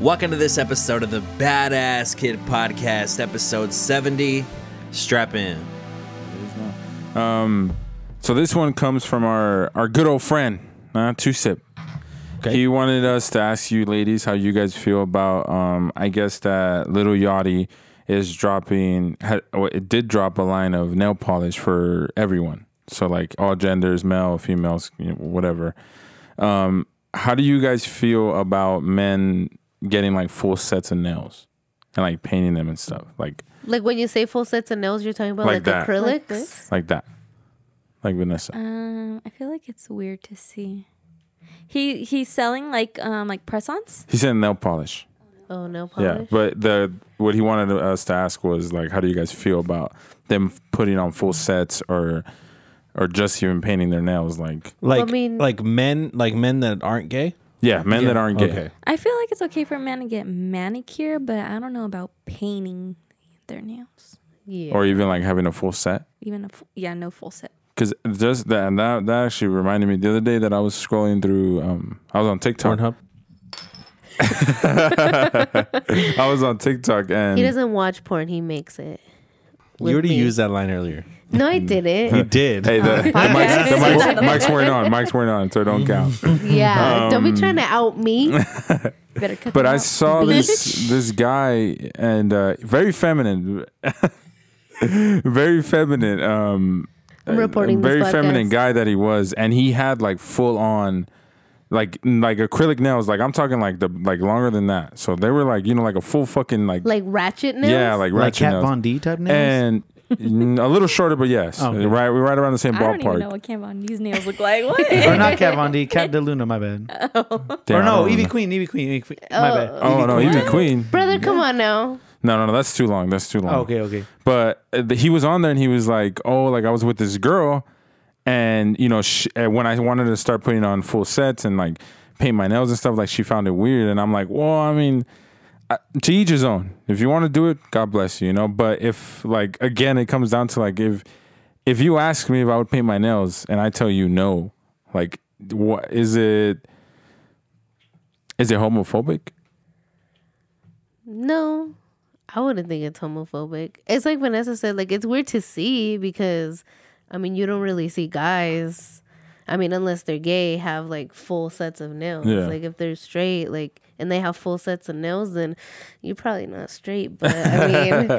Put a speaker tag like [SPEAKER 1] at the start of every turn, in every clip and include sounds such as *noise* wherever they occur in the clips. [SPEAKER 1] Welcome to this episode of the Badass Kid Podcast, episode 70. Strap in.
[SPEAKER 2] So this one comes from our our good old friend, uh, Two Sip.
[SPEAKER 3] Okay.
[SPEAKER 2] He wanted us to ask you ladies how you guys feel about um I guess that Little Yachty is dropping had, well, it did drop a line of nail polish for everyone. So like all genders, male, females, you know, whatever. Um how do you guys feel about men getting like full sets of nails and like painting them and stuff? Like
[SPEAKER 4] Like when you say full sets of nails, you're talking about
[SPEAKER 2] Like
[SPEAKER 4] like,
[SPEAKER 2] that.
[SPEAKER 4] acrylics.
[SPEAKER 5] Like this?
[SPEAKER 2] like that. Like Vanessa.
[SPEAKER 5] Um, I feel like it's weird to see. He he's selling like um like press-ons.
[SPEAKER 2] he said nail polish.
[SPEAKER 4] Oh, nail
[SPEAKER 2] Yeah,
[SPEAKER 4] polish.
[SPEAKER 2] but the what he wanted us to ask was like, how do you guys feel about them putting on full sets or or just even painting their nails? Like,
[SPEAKER 3] Like
[SPEAKER 4] I mean-
[SPEAKER 3] like men like men that aren't gay.
[SPEAKER 2] yeah, men that aren't gay.
[SPEAKER 3] Okay.
[SPEAKER 5] I feel like it's okay for a man to get manicure, but I don't know about painting their nails.
[SPEAKER 4] Yeah.
[SPEAKER 2] or even like having a full set.
[SPEAKER 5] Even a full, yeah, no full set.
[SPEAKER 2] Because just that, and that that actually reminded me the other day that I was scrolling through. Um, I was on TikTok.
[SPEAKER 3] Pornhub.
[SPEAKER 2] *laughs* I was on TikTok and
[SPEAKER 4] he doesn't watch porn, he makes it.
[SPEAKER 3] You
[SPEAKER 4] With
[SPEAKER 3] already
[SPEAKER 4] me.
[SPEAKER 3] used that line earlier.
[SPEAKER 4] No, I
[SPEAKER 2] *laughs*
[SPEAKER 3] You
[SPEAKER 4] didn't. *laughs*
[SPEAKER 3] did.
[SPEAKER 2] hey, the, the, mics, the mics, mics weren't on. Mics weren't on, so don't count.
[SPEAKER 4] yeah. Don't be trying to out
[SPEAKER 2] *laughs*
[SPEAKER 4] me.
[SPEAKER 5] Better cut.
[SPEAKER 2] Um, But
[SPEAKER 5] them
[SPEAKER 2] I
[SPEAKER 5] out.
[SPEAKER 2] saw this this guy and uh, very feminine, *laughs* very feminine. Um,
[SPEAKER 4] I'm reporting this
[SPEAKER 2] very
[SPEAKER 4] podcast.
[SPEAKER 2] feminine guy that he was, and he had like full on, like like acrylic nails. Like I'm talking like the like longer than that. So they were like you know like a full fucking like,
[SPEAKER 4] Like ratchet nails?
[SPEAKER 2] yeah like
[SPEAKER 3] like
[SPEAKER 2] ratchet
[SPEAKER 3] Kat
[SPEAKER 2] nails.
[SPEAKER 3] Von D type names.
[SPEAKER 2] and n- a little shorter, but yes,
[SPEAKER 3] Oh, okay.
[SPEAKER 2] right we're right around the same
[SPEAKER 5] I don't even know
[SPEAKER 2] ballpark.
[SPEAKER 5] what Cam Von D's nails
[SPEAKER 2] *laughs*
[SPEAKER 5] look like. What?
[SPEAKER 3] or not Cat Von D, Cat DeLuna, my bad.
[SPEAKER 2] Damn,
[SPEAKER 3] or
[SPEAKER 2] I
[SPEAKER 3] no,
[SPEAKER 2] don't
[SPEAKER 3] Evie
[SPEAKER 2] know.
[SPEAKER 3] Queen, Evie Queen, Evie Queen. My bad.
[SPEAKER 4] Oh.
[SPEAKER 2] Oh no, Evie Queen.
[SPEAKER 4] Brother, come on now.
[SPEAKER 2] No, no, no, that's too long. That's too long.
[SPEAKER 3] Oh, okay, okay.
[SPEAKER 2] but uh, th- he was on there and he was like, "Oh, like I was with this girl, and you know, sh uh, when I wanted to start putting on full sets and like paint my nails and stuff, like she found it weird." And I'm like, "Well, I mean, I, to each his own. If you want to do it, God bless you, you know. But if like again, it comes down to like if if you ask me if I would paint my nails and I tell you no, like what is it? Is it homophobic?
[SPEAKER 4] No, I wouldn't think it's homophobic. It's like Vanessa said, like it's weird to see because, I mean, you don't really see guys. I mean, unless they're gay, have like full sets of nails.
[SPEAKER 2] Yeah.
[SPEAKER 4] Like if they're straight, like and they have full sets of nails, then you're probably not straight. But
[SPEAKER 2] *laughs*
[SPEAKER 4] I mean,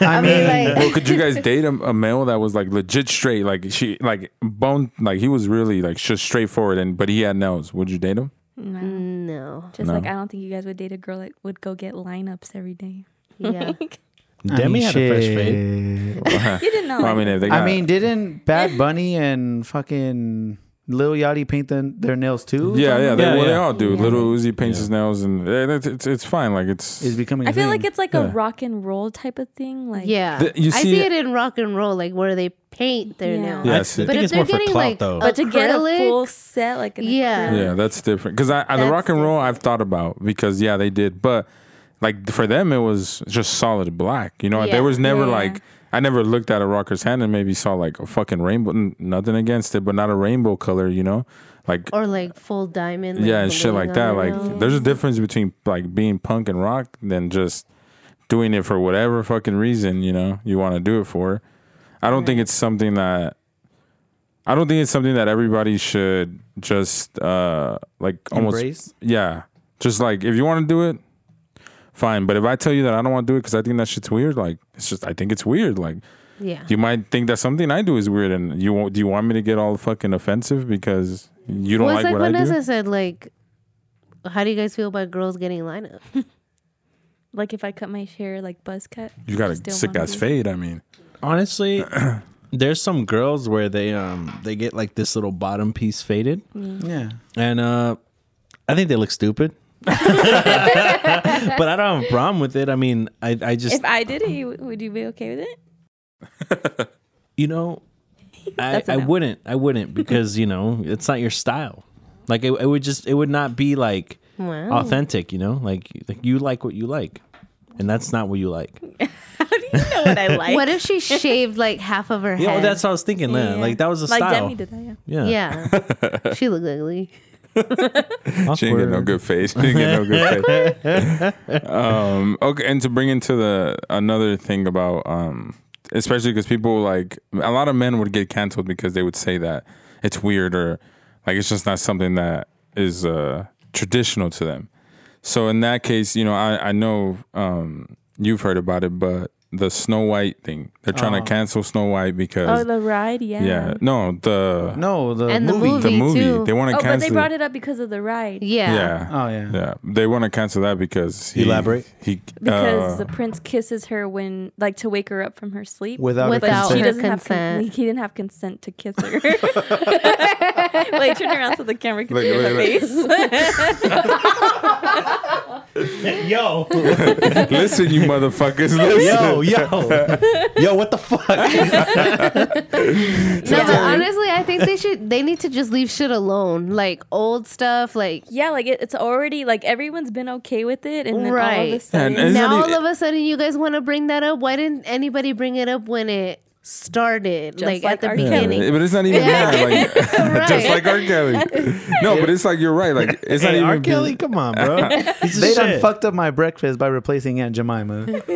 [SPEAKER 4] I mean,
[SPEAKER 2] well,
[SPEAKER 4] like
[SPEAKER 2] could you guys date a, a male that was like legit straight? Like she, like bone, like he was really like just straightforward, and but he had nails. Would you date him?
[SPEAKER 5] *laughs*
[SPEAKER 4] Mm.
[SPEAKER 5] no.
[SPEAKER 4] no,
[SPEAKER 5] Just like I don't think you guys would date a girl that would go get lineups every day. *laughs*
[SPEAKER 4] yeah,
[SPEAKER 3] Demi had a fresh fade.
[SPEAKER 5] you didn't know.
[SPEAKER 2] I mean, if they got,
[SPEAKER 3] I mean, didn't Bad Bunny and fucking Lil Yachty paint the, their nails too?
[SPEAKER 2] yeah, yeah, they,
[SPEAKER 3] Yeah,
[SPEAKER 2] well, they
[SPEAKER 3] yeah.
[SPEAKER 2] all do.
[SPEAKER 5] Yeah.
[SPEAKER 2] Little Uzi paints his nails, and eh, it's, it's it's fine. Like it's,
[SPEAKER 3] Is becoming. I
[SPEAKER 5] I feel like it's like
[SPEAKER 2] Mm-hmm. Yeah.
[SPEAKER 5] a rock and roll type of thing. Like
[SPEAKER 4] yeah.
[SPEAKER 2] Th- you
[SPEAKER 4] I
[SPEAKER 2] see-
[SPEAKER 4] see it in rock and roll, like where they paint their
[SPEAKER 5] Yeah.
[SPEAKER 4] nails.
[SPEAKER 2] Yeah,
[SPEAKER 3] I
[SPEAKER 2] Yes, it-
[SPEAKER 3] think it's more for clout though.
[SPEAKER 5] But to get a full
[SPEAKER 4] acrylics-
[SPEAKER 5] set, like an
[SPEAKER 4] Yeah.
[SPEAKER 5] acrylic-
[SPEAKER 2] yeah, that's different. Because I, I the
[SPEAKER 5] That's
[SPEAKER 2] rock and roll, I've thought about because yeah, they did, but like for them, it was just solid black. You know,
[SPEAKER 4] Yeah.
[SPEAKER 2] there was never
[SPEAKER 5] Yeah.
[SPEAKER 2] like. I never looked at a rocker's hand and maybe saw like a fucking rainbow. n- Nothing against it, but not a rainbow color, you know? Like
[SPEAKER 4] or like full diamond, like,
[SPEAKER 2] yeah, and shit like
[SPEAKER 4] bling on
[SPEAKER 2] that.
[SPEAKER 4] their
[SPEAKER 2] Like,
[SPEAKER 4] nails.
[SPEAKER 2] there's a difference between like being punk and rock than just doing it for whatever fucking reason you know you want to do it for. I don't think it's something that I don't think it's something that everybody should just uh like almost
[SPEAKER 3] Embrace?
[SPEAKER 2] yeah, just like if you want to do it, fine. But if I tell you that I don't want to do it because I think that shit's weird, like it's just I think it's weird, like.
[SPEAKER 4] yeah.
[SPEAKER 2] You might think that something I do is weird, and you won't, do you want me to get all fucking offensive because you don't
[SPEAKER 4] well,
[SPEAKER 2] like
[SPEAKER 4] it's like
[SPEAKER 2] what I do?
[SPEAKER 4] Vanessa said, like, how do you guys feel about girls
[SPEAKER 2] *laughs*
[SPEAKER 4] getting lineup?
[SPEAKER 5] Like if I cut my hair like buzz cut.
[SPEAKER 2] You got
[SPEAKER 5] still
[SPEAKER 2] a sick
[SPEAKER 5] wanna
[SPEAKER 2] ass
[SPEAKER 5] be-
[SPEAKER 2] fade. I mean,
[SPEAKER 3] Honestly, *clears throat* there's some girls where they um they get like this little bottom piece faded. Yeah. And uh I think they look stupid. *laughs* but I don't have a problem with it. I mean, I I just
[SPEAKER 5] If I did it, you, would you be okay with it? *laughs*
[SPEAKER 3] you know, I,
[SPEAKER 5] That's a
[SPEAKER 3] I
[SPEAKER 5] no.
[SPEAKER 3] wouldn't. I wouldn't because you know it's not your style. Like it, it would just it would not be like
[SPEAKER 4] Wow.
[SPEAKER 3] authentic. You know, like like you like what you like, and that's not what you like.
[SPEAKER 5] How do you know what I *laughs* like?
[SPEAKER 4] What if she shaved like half of her
[SPEAKER 3] Yeah,
[SPEAKER 4] head?
[SPEAKER 3] that's what I was thinking. Yeah.
[SPEAKER 5] Yeah.
[SPEAKER 3] Like that was a
[SPEAKER 5] like
[SPEAKER 3] style.
[SPEAKER 2] *laughs*
[SPEAKER 5] Demi did that, yeah.
[SPEAKER 3] yeah.
[SPEAKER 4] yeah. she looked ugly.
[SPEAKER 2] She didn't get no
[SPEAKER 3] Awkward.
[SPEAKER 2] good *laughs* face. She didn't get no good face. *laughs* um, okay, and to bring into the another thing about, um, especially because people like a lot of men would get canceled because they would say that it's weird or like it's just not something that is uh, traditional to them. So in that case, you know, I I know um, you've heard about it, but the Snow White thing, they're trying to cancel Snow White
[SPEAKER 5] Oh,
[SPEAKER 2] because
[SPEAKER 5] the ride, yeah. Oh,
[SPEAKER 2] yeah, no, the
[SPEAKER 6] No, the
[SPEAKER 4] And the
[SPEAKER 6] movie.
[SPEAKER 4] movie.
[SPEAKER 2] the movie
[SPEAKER 4] too.
[SPEAKER 2] they want to
[SPEAKER 5] Oh,
[SPEAKER 2] cancel.
[SPEAKER 5] but they brought
[SPEAKER 2] it.
[SPEAKER 5] it up because of the ride.
[SPEAKER 4] Yeah.
[SPEAKER 2] Yeah.
[SPEAKER 6] Oh yeah.
[SPEAKER 2] Yeah, they want to cancel that because he
[SPEAKER 3] Elaborate.
[SPEAKER 2] He
[SPEAKER 5] Because
[SPEAKER 2] uh,
[SPEAKER 5] the prince kisses her when, like, to wake her up from her sleep.
[SPEAKER 6] Without,
[SPEAKER 5] but
[SPEAKER 6] a
[SPEAKER 4] Without
[SPEAKER 5] she
[SPEAKER 6] consent.
[SPEAKER 4] her
[SPEAKER 5] doesn't have con-
[SPEAKER 4] consent.
[SPEAKER 5] he didn't have consent to kiss her. *laughs* Wait, turn around so the camera can
[SPEAKER 2] Look,
[SPEAKER 5] see her
[SPEAKER 2] look,
[SPEAKER 5] face.
[SPEAKER 3] Yo,
[SPEAKER 2] *laughs* listen, you motherfuckers, listen.
[SPEAKER 3] *laughs* yo, *laughs* yo, yo! What the fuck?
[SPEAKER 4] No, but honestly, I think they should. They need to just leave shit alone. Like old stuff. Like
[SPEAKER 5] *laughs* yeah, like it, it's already like everyone's been okay with it, and then all of a
[SPEAKER 4] Right.
[SPEAKER 5] sudden,
[SPEAKER 2] And- Isn't
[SPEAKER 4] now
[SPEAKER 2] it-
[SPEAKER 4] all of a sudden you guys want to bring that up. Why didn't anybody bring it up when it started?
[SPEAKER 5] Just
[SPEAKER 4] like,
[SPEAKER 5] like
[SPEAKER 4] at the
[SPEAKER 5] R.
[SPEAKER 4] beginning.
[SPEAKER 2] But it's not even that. Like, *laughs*
[SPEAKER 4] Right.
[SPEAKER 2] Just like R. Kelly. No, but it's like you're right. Like it's not
[SPEAKER 3] Hey,
[SPEAKER 2] even
[SPEAKER 3] R. Kelly, come *laughs* on, bro.
[SPEAKER 6] They done fucked up my breakfast by replacing Aunt
[SPEAKER 2] *laughs*
[SPEAKER 6] Jemima.
[SPEAKER 2] All right,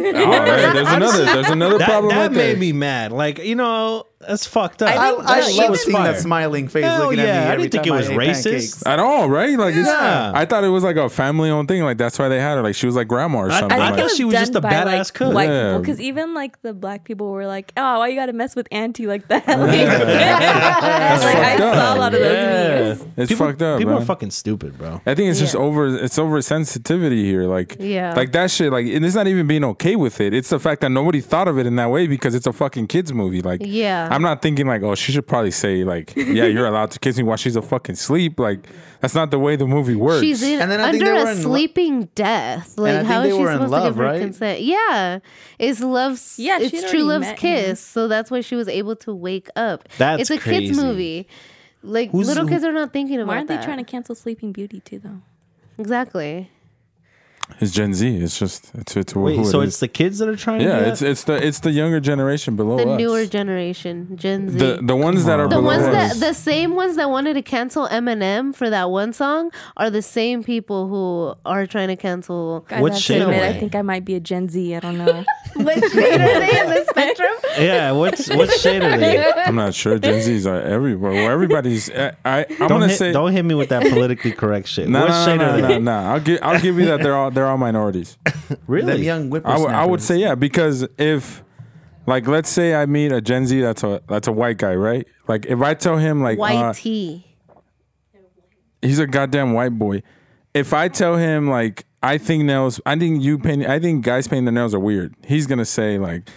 [SPEAKER 2] there's another. There's another
[SPEAKER 3] That,
[SPEAKER 2] problem
[SPEAKER 3] that
[SPEAKER 2] right
[SPEAKER 3] made
[SPEAKER 2] there.
[SPEAKER 3] me mad. Like you know, that's fucked up.
[SPEAKER 6] I,
[SPEAKER 5] think
[SPEAKER 6] I
[SPEAKER 5] that
[SPEAKER 6] love
[SPEAKER 5] even-
[SPEAKER 6] seeing that smiling face
[SPEAKER 3] Hell
[SPEAKER 6] looking
[SPEAKER 3] yeah,
[SPEAKER 6] at me.
[SPEAKER 3] I
[SPEAKER 6] every
[SPEAKER 3] didn't think it
[SPEAKER 6] time
[SPEAKER 3] was
[SPEAKER 6] ate
[SPEAKER 3] racist.
[SPEAKER 6] pancakes.
[SPEAKER 2] At all, right? Like, it's,
[SPEAKER 3] Yeah.
[SPEAKER 2] I thought it was like a family-owned thing. Like that's why they had her. Like she was like grandma or
[SPEAKER 3] I-
[SPEAKER 2] something.
[SPEAKER 3] I
[SPEAKER 2] like,
[SPEAKER 3] thought she was just a badass cook.
[SPEAKER 5] White
[SPEAKER 2] Yeah.
[SPEAKER 5] people, because even like the black people were like, "Oh, why you got to mess with auntie like that?" *laughs* like, *laughs* like, I
[SPEAKER 2] fucked up.
[SPEAKER 5] saw a lot of those memes.
[SPEAKER 2] it's
[SPEAKER 3] people,
[SPEAKER 2] fucked up.
[SPEAKER 3] People
[SPEAKER 2] bro.
[SPEAKER 3] are fucking stupid, bro.
[SPEAKER 2] I think it's just over. It's over sensitivity here. Like,
[SPEAKER 4] Yeah.
[SPEAKER 2] like that shit. Like, and it's not even being okay with it. It's the fact that nobody thought of it in that way because it's a fucking kids movie. Like,
[SPEAKER 4] Yeah.
[SPEAKER 2] I'm not thinking like, oh, she should probably say like, yeah,
[SPEAKER 4] *laughs*
[SPEAKER 2] you're allowed to kiss me while she's a fucking sleep. Like, that's not the way the movie works.
[SPEAKER 4] She's in,
[SPEAKER 6] And then I think
[SPEAKER 4] under
[SPEAKER 6] they were
[SPEAKER 4] a
[SPEAKER 6] in lo-
[SPEAKER 4] sleeping death. Like
[SPEAKER 6] I think
[SPEAKER 4] how
[SPEAKER 6] they
[SPEAKER 4] is she
[SPEAKER 6] were in
[SPEAKER 4] supposed
[SPEAKER 6] love,
[SPEAKER 4] to give her
[SPEAKER 6] right?
[SPEAKER 4] consent? Yeah, it's love's.
[SPEAKER 5] Yeah,
[SPEAKER 4] Yeah,
[SPEAKER 5] she
[SPEAKER 4] it's
[SPEAKER 5] had
[SPEAKER 4] true
[SPEAKER 5] already
[SPEAKER 4] love's
[SPEAKER 5] met
[SPEAKER 4] kiss.
[SPEAKER 5] him.
[SPEAKER 4] So that's why she was able to wake up.
[SPEAKER 3] That's
[SPEAKER 4] it's a
[SPEAKER 3] crazy.
[SPEAKER 4] kids movie. Like
[SPEAKER 3] Who's-
[SPEAKER 4] little
[SPEAKER 3] who-
[SPEAKER 4] kids are not thinking about.
[SPEAKER 5] Why aren't they
[SPEAKER 4] that.
[SPEAKER 5] trying to cancel Sleeping Beauty too, though?
[SPEAKER 4] Exactly.
[SPEAKER 2] it's Gen Z. It's just it's it's who
[SPEAKER 3] Wait,
[SPEAKER 2] it
[SPEAKER 3] so
[SPEAKER 2] is.
[SPEAKER 3] it's the kids that are trying. to
[SPEAKER 2] yeah,
[SPEAKER 3] do that?
[SPEAKER 2] it's it's the it's the younger generation below
[SPEAKER 6] Oh,
[SPEAKER 4] The
[SPEAKER 2] us.
[SPEAKER 4] newer generation, Gen Z.
[SPEAKER 2] the the ones that are
[SPEAKER 4] The
[SPEAKER 2] below
[SPEAKER 4] ones that
[SPEAKER 2] us.
[SPEAKER 4] the same ones that wanted to cancel Eminem for that one song are the same people who are trying to cancel.
[SPEAKER 5] Guys,
[SPEAKER 3] What
[SPEAKER 5] I have
[SPEAKER 3] shade
[SPEAKER 5] to admit,
[SPEAKER 3] am I?
[SPEAKER 5] I think I might be a Gen Z. I don't *laughs* know.
[SPEAKER 4] Which shade are they
[SPEAKER 5] *laughs*
[SPEAKER 4] in the spectrum?
[SPEAKER 3] yeah. What's what shade are *laughs* they?
[SPEAKER 2] I'm not sure. Gen Z's are everywhere. Well, everybody's. I, I I'm
[SPEAKER 3] Don't
[SPEAKER 2] gonna
[SPEAKER 3] hit,
[SPEAKER 2] say
[SPEAKER 3] don't hit me with that politically correct shit.
[SPEAKER 2] No,
[SPEAKER 3] what
[SPEAKER 2] no,
[SPEAKER 3] shade
[SPEAKER 2] no,
[SPEAKER 3] are
[SPEAKER 2] no,
[SPEAKER 3] they?
[SPEAKER 2] no, no. I'll give I'll give you that they're all they're all
[SPEAKER 3] *laughs*
[SPEAKER 2] minorities.
[SPEAKER 6] Them
[SPEAKER 3] Really?
[SPEAKER 2] I
[SPEAKER 6] young
[SPEAKER 2] would-
[SPEAKER 6] whippersnappers.
[SPEAKER 2] I would say yeah because if like let's say I meet a Gen Z that's a that's a white guy right like if I tell him like
[SPEAKER 4] White
[SPEAKER 2] uh,
[SPEAKER 4] tea.
[SPEAKER 2] he's a goddamn white boy if I tell him like I think nails I think you paint I think guys painting their nails are weird he's gonna say like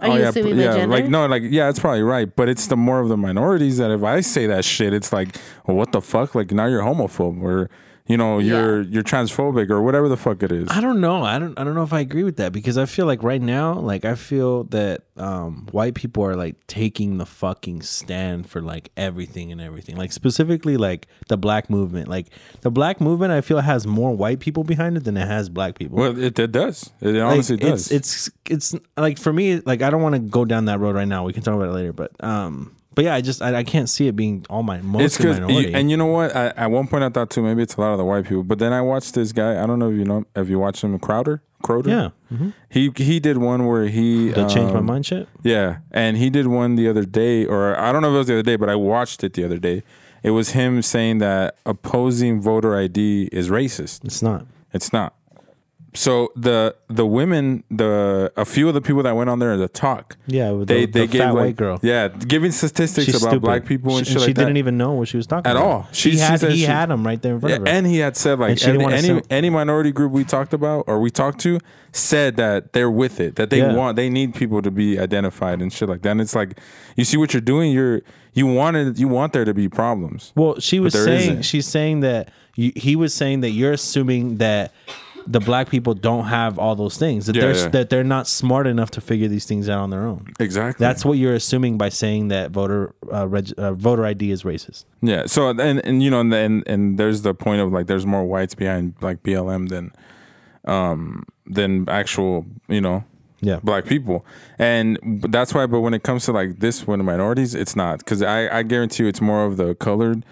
[SPEAKER 4] Are you assuming
[SPEAKER 2] p-
[SPEAKER 4] my
[SPEAKER 2] yeah,
[SPEAKER 4] gender?
[SPEAKER 2] like no, like yeah, that's probably right. But it's the more of the minorities that if I say that shit, it's like, well, what the fuck? Like now you're homophobe or you know you're you're transphobic or whatever the fuck it is.
[SPEAKER 3] I don't know. I don't. I don't know if I agree with that because I feel like right now, like I feel that um, white people are like taking the fucking stand for like everything and everything. Like specifically, like the black movement. Like the black movement, I feel has more white people behind it than it has black people.
[SPEAKER 2] Well, it, it does. It
[SPEAKER 3] Like,
[SPEAKER 2] honestly does.
[SPEAKER 3] It's, it's it's like for me, like I don't want to go down that road right now. We can talk about it later, but um, but yeah, I just I, I can't see it being all my
[SPEAKER 2] It's
[SPEAKER 3] mostly
[SPEAKER 2] because,
[SPEAKER 3] minority.
[SPEAKER 2] and you know what? I, at one point, I thought too. Maybe it's a lot of the white people. But then I watched this guy. I don't know if you know. Have you watched him, Crowder? Crowder.
[SPEAKER 3] yeah,
[SPEAKER 2] He he did one where he
[SPEAKER 3] Mm-hmm. that changed my
[SPEAKER 2] um,
[SPEAKER 3] mind. Shit.
[SPEAKER 2] Yeah, and he did one the other day, or I don't know if it was the other day, but I watched it the other day. It was him saying that opposing voter ID is racist.
[SPEAKER 3] It's not.
[SPEAKER 2] It's not. So the the women, the a few of the people that went on there to talk,
[SPEAKER 3] Yeah, with
[SPEAKER 2] they
[SPEAKER 3] the-
[SPEAKER 2] they
[SPEAKER 3] the
[SPEAKER 2] gave
[SPEAKER 3] fat
[SPEAKER 2] like
[SPEAKER 3] white girl.
[SPEAKER 2] yeah, giving statistics
[SPEAKER 3] She's
[SPEAKER 2] about
[SPEAKER 3] stupid.
[SPEAKER 2] black people and
[SPEAKER 3] she,
[SPEAKER 2] shit
[SPEAKER 3] she
[SPEAKER 2] like that.
[SPEAKER 3] didn't even know what she was talking
[SPEAKER 2] At
[SPEAKER 3] about
[SPEAKER 2] all. She-
[SPEAKER 3] She,
[SPEAKER 2] she
[SPEAKER 3] had
[SPEAKER 2] said
[SPEAKER 3] he
[SPEAKER 2] she-
[SPEAKER 3] had him right there in front
[SPEAKER 2] Yeah,
[SPEAKER 3] of her.
[SPEAKER 2] and he had said
[SPEAKER 3] And
[SPEAKER 2] like
[SPEAKER 3] she didn't
[SPEAKER 2] any
[SPEAKER 3] wanna
[SPEAKER 2] any,
[SPEAKER 3] sell-
[SPEAKER 2] any minority group we talked about or we talked to said that they're with it, that they
[SPEAKER 3] Yeah.
[SPEAKER 2] want they need people to be identified and shit like that. And it's like you see what you're doing, you're you wanted you want there to be problems.
[SPEAKER 3] well, she was
[SPEAKER 2] there
[SPEAKER 3] saying
[SPEAKER 2] isn't.
[SPEAKER 3] she's saying that you, he was saying that you're assuming that the black people don't have all those things that
[SPEAKER 2] Yeah,
[SPEAKER 3] they're
[SPEAKER 2] yeah.
[SPEAKER 3] that they're not smart enough to figure these things out on their own.
[SPEAKER 2] Exactly.
[SPEAKER 3] That's what you're assuming by saying that voter uh, reg, uh, voter ID is racist.
[SPEAKER 2] yeah. So and and you know and and and there's the point of like there's more whites behind like BLM than um than actual, you know,
[SPEAKER 3] Yeah.
[SPEAKER 2] black people and that's why but when it comes to like this one minorities it's not because I, I guarantee you it's more of the colored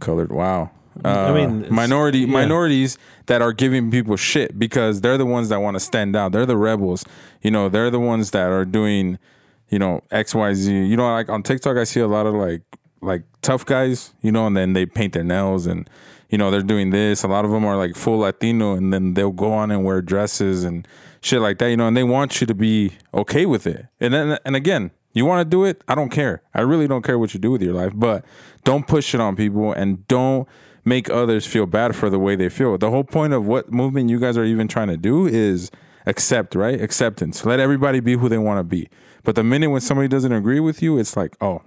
[SPEAKER 2] colored wow uh,
[SPEAKER 3] mean, it's-
[SPEAKER 2] minority
[SPEAKER 3] yeah.
[SPEAKER 2] minorities that are giving people shit because they're the ones that want to stand out. They're the rebels. You know, they're the ones that are doing, you know, X Y Z. You know, like on TikTok, I see a lot of like like tough guys. You know, and then they paint their nails and you know they're doing this. A lot of them are like full Latino, and then they'll go on and wear dresses and shit like that. You know, and they want you to be okay with it. And then and again, you want to do it? I don't care. I really don't care what you do with your life, but don't push it on people and don't make others feel bad for the way they feel. The whole point of what movement you guys are even trying to do is accept, right? Acceptance. Let everybody be who they want to be. But the minute when somebody doesn't agree with you, it's like, oh,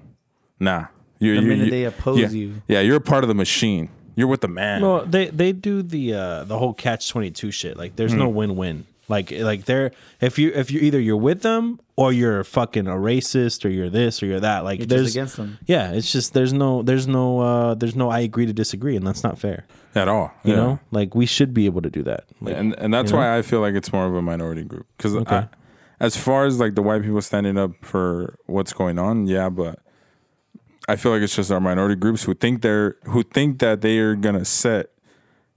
[SPEAKER 2] nah. You're,
[SPEAKER 6] The
[SPEAKER 2] you're-
[SPEAKER 6] minute
[SPEAKER 2] you-
[SPEAKER 6] they oppose
[SPEAKER 2] yeah.
[SPEAKER 6] you.
[SPEAKER 2] Yeah, you're a part of the machine. You're with the man.
[SPEAKER 3] Well, they they do the uh the whole catch twenty two shit. Like there's
[SPEAKER 2] Hmm.
[SPEAKER 3] no win win. Like like they're if you if you either you're with them or you're fucking a racist or you're this or you're that. Like
[SPEAKER 6] You're just
[SPEAKER 3] there's
[SPEAKER 6] against them.
[SPEAKER 3] Yeah, it's just there's no there's no uh there's no I agree to disagree and that's not fair.
[SPEAKER 2] At all.
[SPEAKER 3] You
[SPEAKER 2] Yeah.
[SPEAKER 3] know, like we should be able to do that. Like,
[SPEAKER 2] and and that's why I feel like it's more of a minority group because as far as like the white people standing up for what's going on, yeah, but I feel like it's just our minority groups who think they're who think that they are gonna set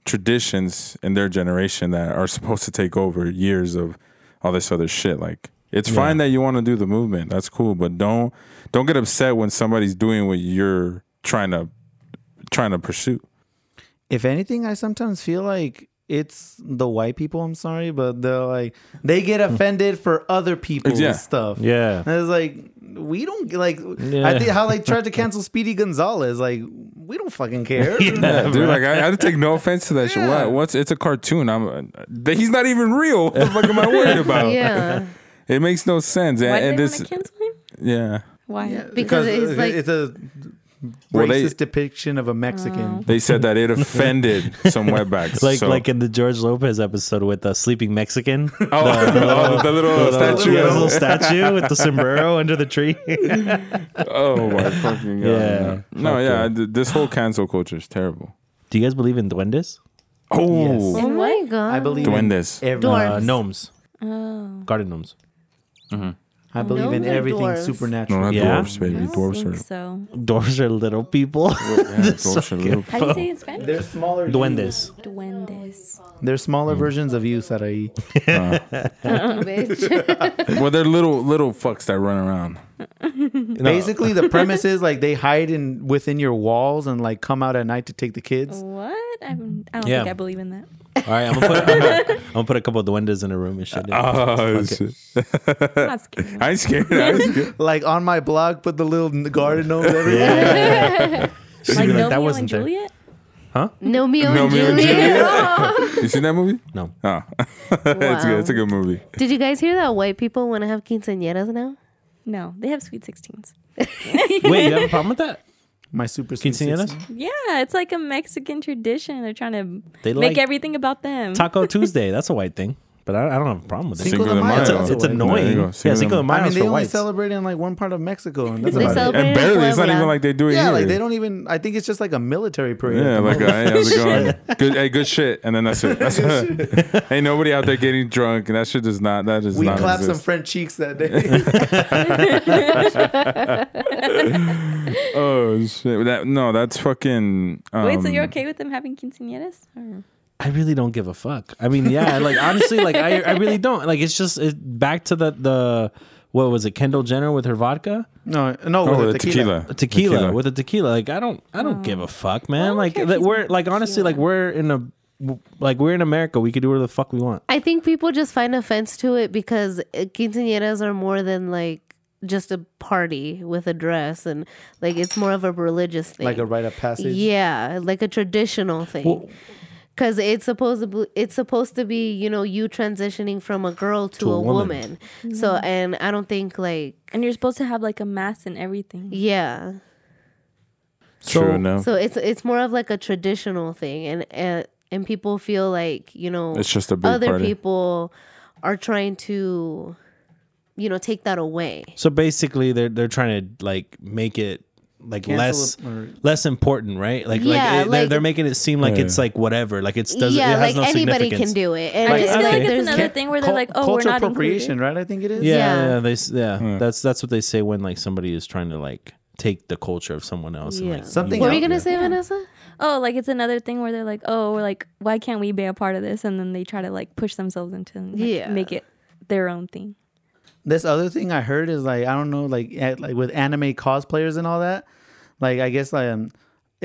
[SPEAKER 2] traditions in their generation that are supposed to take over years of all this other shit. Like it's fine that you want to do the movement, that's cool, but don't don't get upset when somebody's doing what you're trying to trying to pursue.
[SPEAKER 6] if anything, I sometimes feel like it's the white people. I'm sorry, but they're like they get offended for other people's
[SPEAKER 2] Yeah.
[SPEAKER 6] stuff.
[SPEAKER 3] Yeah.
[SPEAKER 6] and it's like we don't like. I
[SPEAKER 3] Yeah.
[SPEAKER 6] think how like tried to cancel Speedy Gonzalez. Like we don't fucking care. *laughs*
[SPEAKER 2] Yeah, *laughs* dude, like I, I take no offense to that shit.
[SPEAKER 6] Yeah.
[SPEAKER 2] What? What's? It's a cartoon. I'm. Uh, he's not even real. What the fuck am I worried
[SPEAKER 6] Uh,
[SPEAKER 2] about?
[SPEAKER 6] *laughs*
[SPEAKER 4] yeah,
[SPEAKER 2] It makes no sense.
[SPEAKER 5] Why
[SPEAKER 2] and,
[SPEAKER 5] do
[SPEAKER 2] and
[SPEAKER 5] they
[SPEAKER 2] this,
[SPEAKER 5] want to cancel him?
[SPEAKER 2] yeah.
[SPEAKER 5] Why?
[SPEAKER 4] because it's like
[SPEAKER 6] it's a
[SPEAKER 2] Well,
[SPEAKER 6] racist
[SPEAKER 2] they-
[SPEAKER 6] depiction of a
[SPEAKER 4] Uh,
[SPEAKER 6] Mexican.
[SPEAKER 2] They said that it offended some wetbacks.
[SPEAKER 3] Like
[SPEAKER 2] so-
[SPEAKER 3] like in the George Lopez episode with the sleeping
[SPEAKER 2] *laughs*
[SPEAKER 3] Mexican,
[SPEAKER 2] oh, oh, the, little statue.
[SPEAKER 3] the *laughs* little statue with the sombrero under the tree.
[SPEAKER 2] Oh my fucking god!
[SPEAKER 3] Yeah.
[SPEAKER 2] Yeah. No, yeah. th- This whole cancel culture is terrible.
[SPEAKER 3] do you guys believe in duendes?
[SPEAKER 2] Oh,
[SPEAKER 4] oh my god,
[SPEAKER 6] I believe
[SPEAKER 2] Duendes.
[SPEAKER 6] in every,
[SPEAKER 3] Uh,
[SPEAKER 4] Dwarf.
[SPEAKER 3] gnomes,
[SPEAKER 5] Oh.
[SPEAKER 3] garden gnomes.
[SPEAKER 6] I believe
[SPEAKER 4] Gnomes
[SPEAKER 6] in
[SPEAKER 4] are
[SPEAKER 6] everything
[SPEAKER 4] dwarves.
[SPEAKER 2] no,
[SPEAKER 6] supernatural.
[SPEAKER 2] not
[SPEAKER 3] Yeah.
[SPEAKER 2] dwarfs,
[SPEAKER 5] I
[SPEAKER 2] baby.
[SPEAKER 5] don't
[SPEAKER 2] Dwarfs
[SPEAKER 5] think
[SPEAKER 2] are.
[SPEAKER 5] so.
[SPEAKER 3] Dwarves are little people.
[SPEAKER 2] Yeah, dwarfs are little.
[SPEAKER 5] How do you say it in Spanish?
[SPEAKER 6] They're smaller.
[SPEAKER 3] Duendes.
[SPEAKER 5] Duendes.
[SPEAKER 6] They're smaller versions of you, Sarai.
[SPEAKER 5] *laughs*
[SPEAKER 4] bitch.
[SPEAKER 2] uh, Well, they're little little fucks that run around.
[SPEAKER 6] Basically, the premise is like they hide in within your walls and like come out at night to take the kids.
[SPEAKER 5] What? I'm, I don't
[SPEAKER 3] Yeah.
[SPEAKER 5] think I believe in that.
[SPEAKER 3] All right, I'm gonna put, I'm gonna, I'm gonna put a couple of duendes in a room and shit.
[SPEAKER 5] Uh,
[SPEAKER 2] Oh shit!
[SPEAKER 5] I'm not scared.
[SPEAKER 2] I ain't scared. I ain't
[SPEAKER 5] Oh.
[SPEAKER 2] scared.
[SPEAKER 6] Like on my blog, put the little n- garden gnomes everywhere.
[SPEAKER 3] She'd
[SPEAKER 5] like,
[SPEAKER 3] be
[SPEAKER 5] Romeo
[SPEAKER 3] that
[SPEAKER 5] and
[SPEAKER 3] wasn't there.
[SPEAKER 5] Juliet?
[SPEAKER 4] no me
[SPEAKER 2] No,
[SPEAKER 4] and
[SPEAKER 2] me and
[SPEAKER 4] Juliet.
[SPEAKER 2] You seen that movie?
[SPEAKER 5] *laughs*
[SPEAKER 3] No.
[SPEAKER 2] Oh, *laughs* it's good. It's a good movie.
[SPEAKER 4] *laughs* Did you guys hear that white people want to have quinceañeras now?
[SPEAKER 5] No, they have Sweet 16s.
[SPEAKER 3] Wait, you have a problem with that?
[SPEAKER 6] My super sweet
[SPEAKER 3] Quinceañeras,
[SPEAKER 6] 16.
[SPEAKER 5] Yeah, it's like a Mexican tradition. They're trying to
[SPEAKER 3] They
[SPEAKER 5] make
[SPEAKER 3] like-
[SPEAKER 5] everything about them.
[SPEAKER 3] Taco Tuesday. That's a white thing, but I, I don't have a problem with it.
[SPEAKER 6] Cinco de Mayo.
[SPEAKER 3] It's,
[SPEAKER 6] It's a-
[SPEAKER 3] it's
[SPEAKER 6] There you
[SPEAKER 3] annoying.
[SPEAKER 2] go.
[SPEAKER 3] yeah,
[SPEAKER 2] Cinco de
[SPEAKER 3] Cinco de
[SPEAKER 6] I
[SPEAKER 3] Mayo
[SPEAKER 6] mean, they
[SPEAKER 3] for
[SPEAKER 6] only
[SPEAKER 3] whites.
[SPEAKER 6] celebrate in like one part of Mexico, and that's
[SPEAKER 4] They
[SPEAKER 6] about it.
[SPEAKER 4] celebrate in
[SPEAKER 2] And barely, it's not
[SPEAKER 4] Puebla.
[SPEAKER 2] even like they do it
[SPEAKER 6] Yeah,
[SPEAKER 2] here.
[SPEAKER 6] like they don't even. I think it's just like a military parade. *laughs*
[SPEAKER 2] Yeah, like a, hey, how's it going? Good, hey, good shit. And then that's it. That's it. *laughs* Ain't nobody out there getting drunk, and that shit does not. That does
[SPEAKER 6] we
[SPEAKER 2] not
[SPEAKER 6] clapped some
[SPEAKER 2] exist.
[SPEAKER 6] French cheeks that day.
[SPEAKER 2] oh shit! That no, that's fucking. Um,
[SPEAKER 5] Wait, so you're okay with them having quinceañeras? Or-
[SPEAKER 3] I really don't give a fuck. I mean, yeah, like honestly, like I, I really don't. Like it's just it, back to the the what was it? Kendall Jenner with her vodka
[SPEAKER 6] *laughs* no, no,
[SPEAKER 2] Oh, the
[SPEAKER 6] with the tequila.
[SPEAKER 2] tequila.
[SPEAKER 3] tequila, with a tequila. Like I don't I don't give a fuck, man.
[SPEAKER 5] Oh. don't
[SPEAKER 3] Like
[SPEAKER 5] care if
[SPEAKER 3] that
[SPEAKER 5] he's
[SPEAKER 3] we're
[SPEAKER 5] with
[SPEAKER 3] like honestly like
[SPEAKER 5] tequila.
[SPEAKER 3] we're in a like we're in America. We could do whatever the fuck we want.
[SPEAKER 4] I think people just find offense to it because uh, quinceañeras are more than like just a party with a dress and like it's more of a religious thing.
[SPEAKER 6] like a rite of passage.
[SPEAKER 4] Yeah, like a traditional thing. Cuz it's supposed to be, it's supposed to be, you know, you transitioning from a girl to, a, woman. So and I don't think like
[SPEAKER 5] and you're supposed to have like a mass and everything.
[SPEAKER 4] yeah.
[SPEAKER 2] True enough.
[SPEAKER 4] So it's it's more of like a traditional thing and and, and people feel like, you know,
[SPEAKER 2] It's just a big
[SPEAKER 4] other
[SPEAKER 2] party.
[SPEAKER 4] people are trying to you know, take that away.
[SPEAKER 3] So basically, they're they're trying to like make it like
[SPEAKER 6] Cancel
[SPEAKER 3] less
[SPEAKER 6] it or-
[SPEAKER 3] less important, right? Like
[SPEAKER 4] Yeah,
[SPEAKER 3] like, it, they're,
[SPEAKER 4] like-
[SPEAKER 3] they're making it seem like
[SPEAKER 2] Yeah.
[SPEAKER 3] it's like whatever, like it's doesn't
[SPEAKER 4] yeah,
[SPEAKER 3] it has
[SPEAKER 4] like
[SPEAKER 3] no
[SPEAKER 4] anybody
[SPEAKER 3] significance.
[SPEAKER 4] can do it. And
[SPEAKER 5] I just feel
[SPEAKER 3] okay.
[SPEAKER 5] like
[SPEAKER 4] there's-
[SPEAKER 5] it's another thing where they're
[SPEAKER 6] Cul-
[SPEAKER 5] like, oh, we're
[SPEAKER 6] cultural
[SPEAKER 5] not
[SPEAKER 6] appropriation,
[SPEAKER 5] included.
[SPEAKER 6] right? I think it is.
[SPEAKER 3] Yeah,
[SPEAKER 4] Yeah.
[SPEAKER 3] yeah, they s- yeah. That's that's what they say when like somebody is trying to like take the culture of someone else and like
[SPEAKER 4] Yeah.
[SPEAKER 6] Something
[SPEAKER 4] What were you
[SPEAKER 6] else-
[SPEAKER 4] gonna say, Vanessa?
[SPEAKER 5] Oh, like it's another thing where they're like, oh, we're like, why can't we be a part of this? And then they try to like push themselves into and, like,
[SPEAKER 4] Yeah.
[SPEAKER 5] make it their own thing.
[SPEAKER 6] this other thing I heard is like I don't know like at, like with anime cosplayers and all that. Like I guess like um,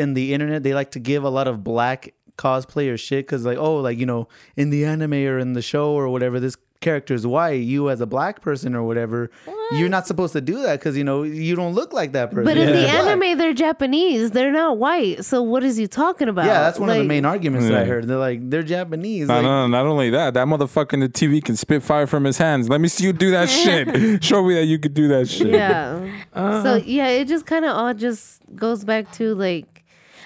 [SPEAKER 6] in the internet they like to give a lot of black cosplayer shit because like oh like you know in the anime or in the show or whatever this character is white you as a black person or whatever you're not supposed to do that because you know you don't look like that person.
[SPEAKER 4] But in
[SPEAKER 6] You're
[SPEAKER 4] the
[SPEAKER 6] black.
[SPEAKER 4] anime, they're Japanese. They're not white. So what is you talking about?
[SPEAKER 6] Yeah, that's one of the
[SPEAKER 4] Like,
[SPEAKER 6] main arguments that I
[SPEAKER 2] Yeah.
[SPEAKER 6] heard. They're like they're Japanese.
[SPEAKER 2] No,
[SPEAKER 6] like,
[SPEAKER 2] no, no, not only that, that motherfucker in the TV can spit fire from his hands. Let me see you do that shit. Show me that you could do that shit.
[SPEAKER 3] *laughs*
[SPEAKER 4] Yeah.
[SPEAKER 3] Uh-huh.
[SPEAKER 4] so yeah, it just kind of all just goes back to like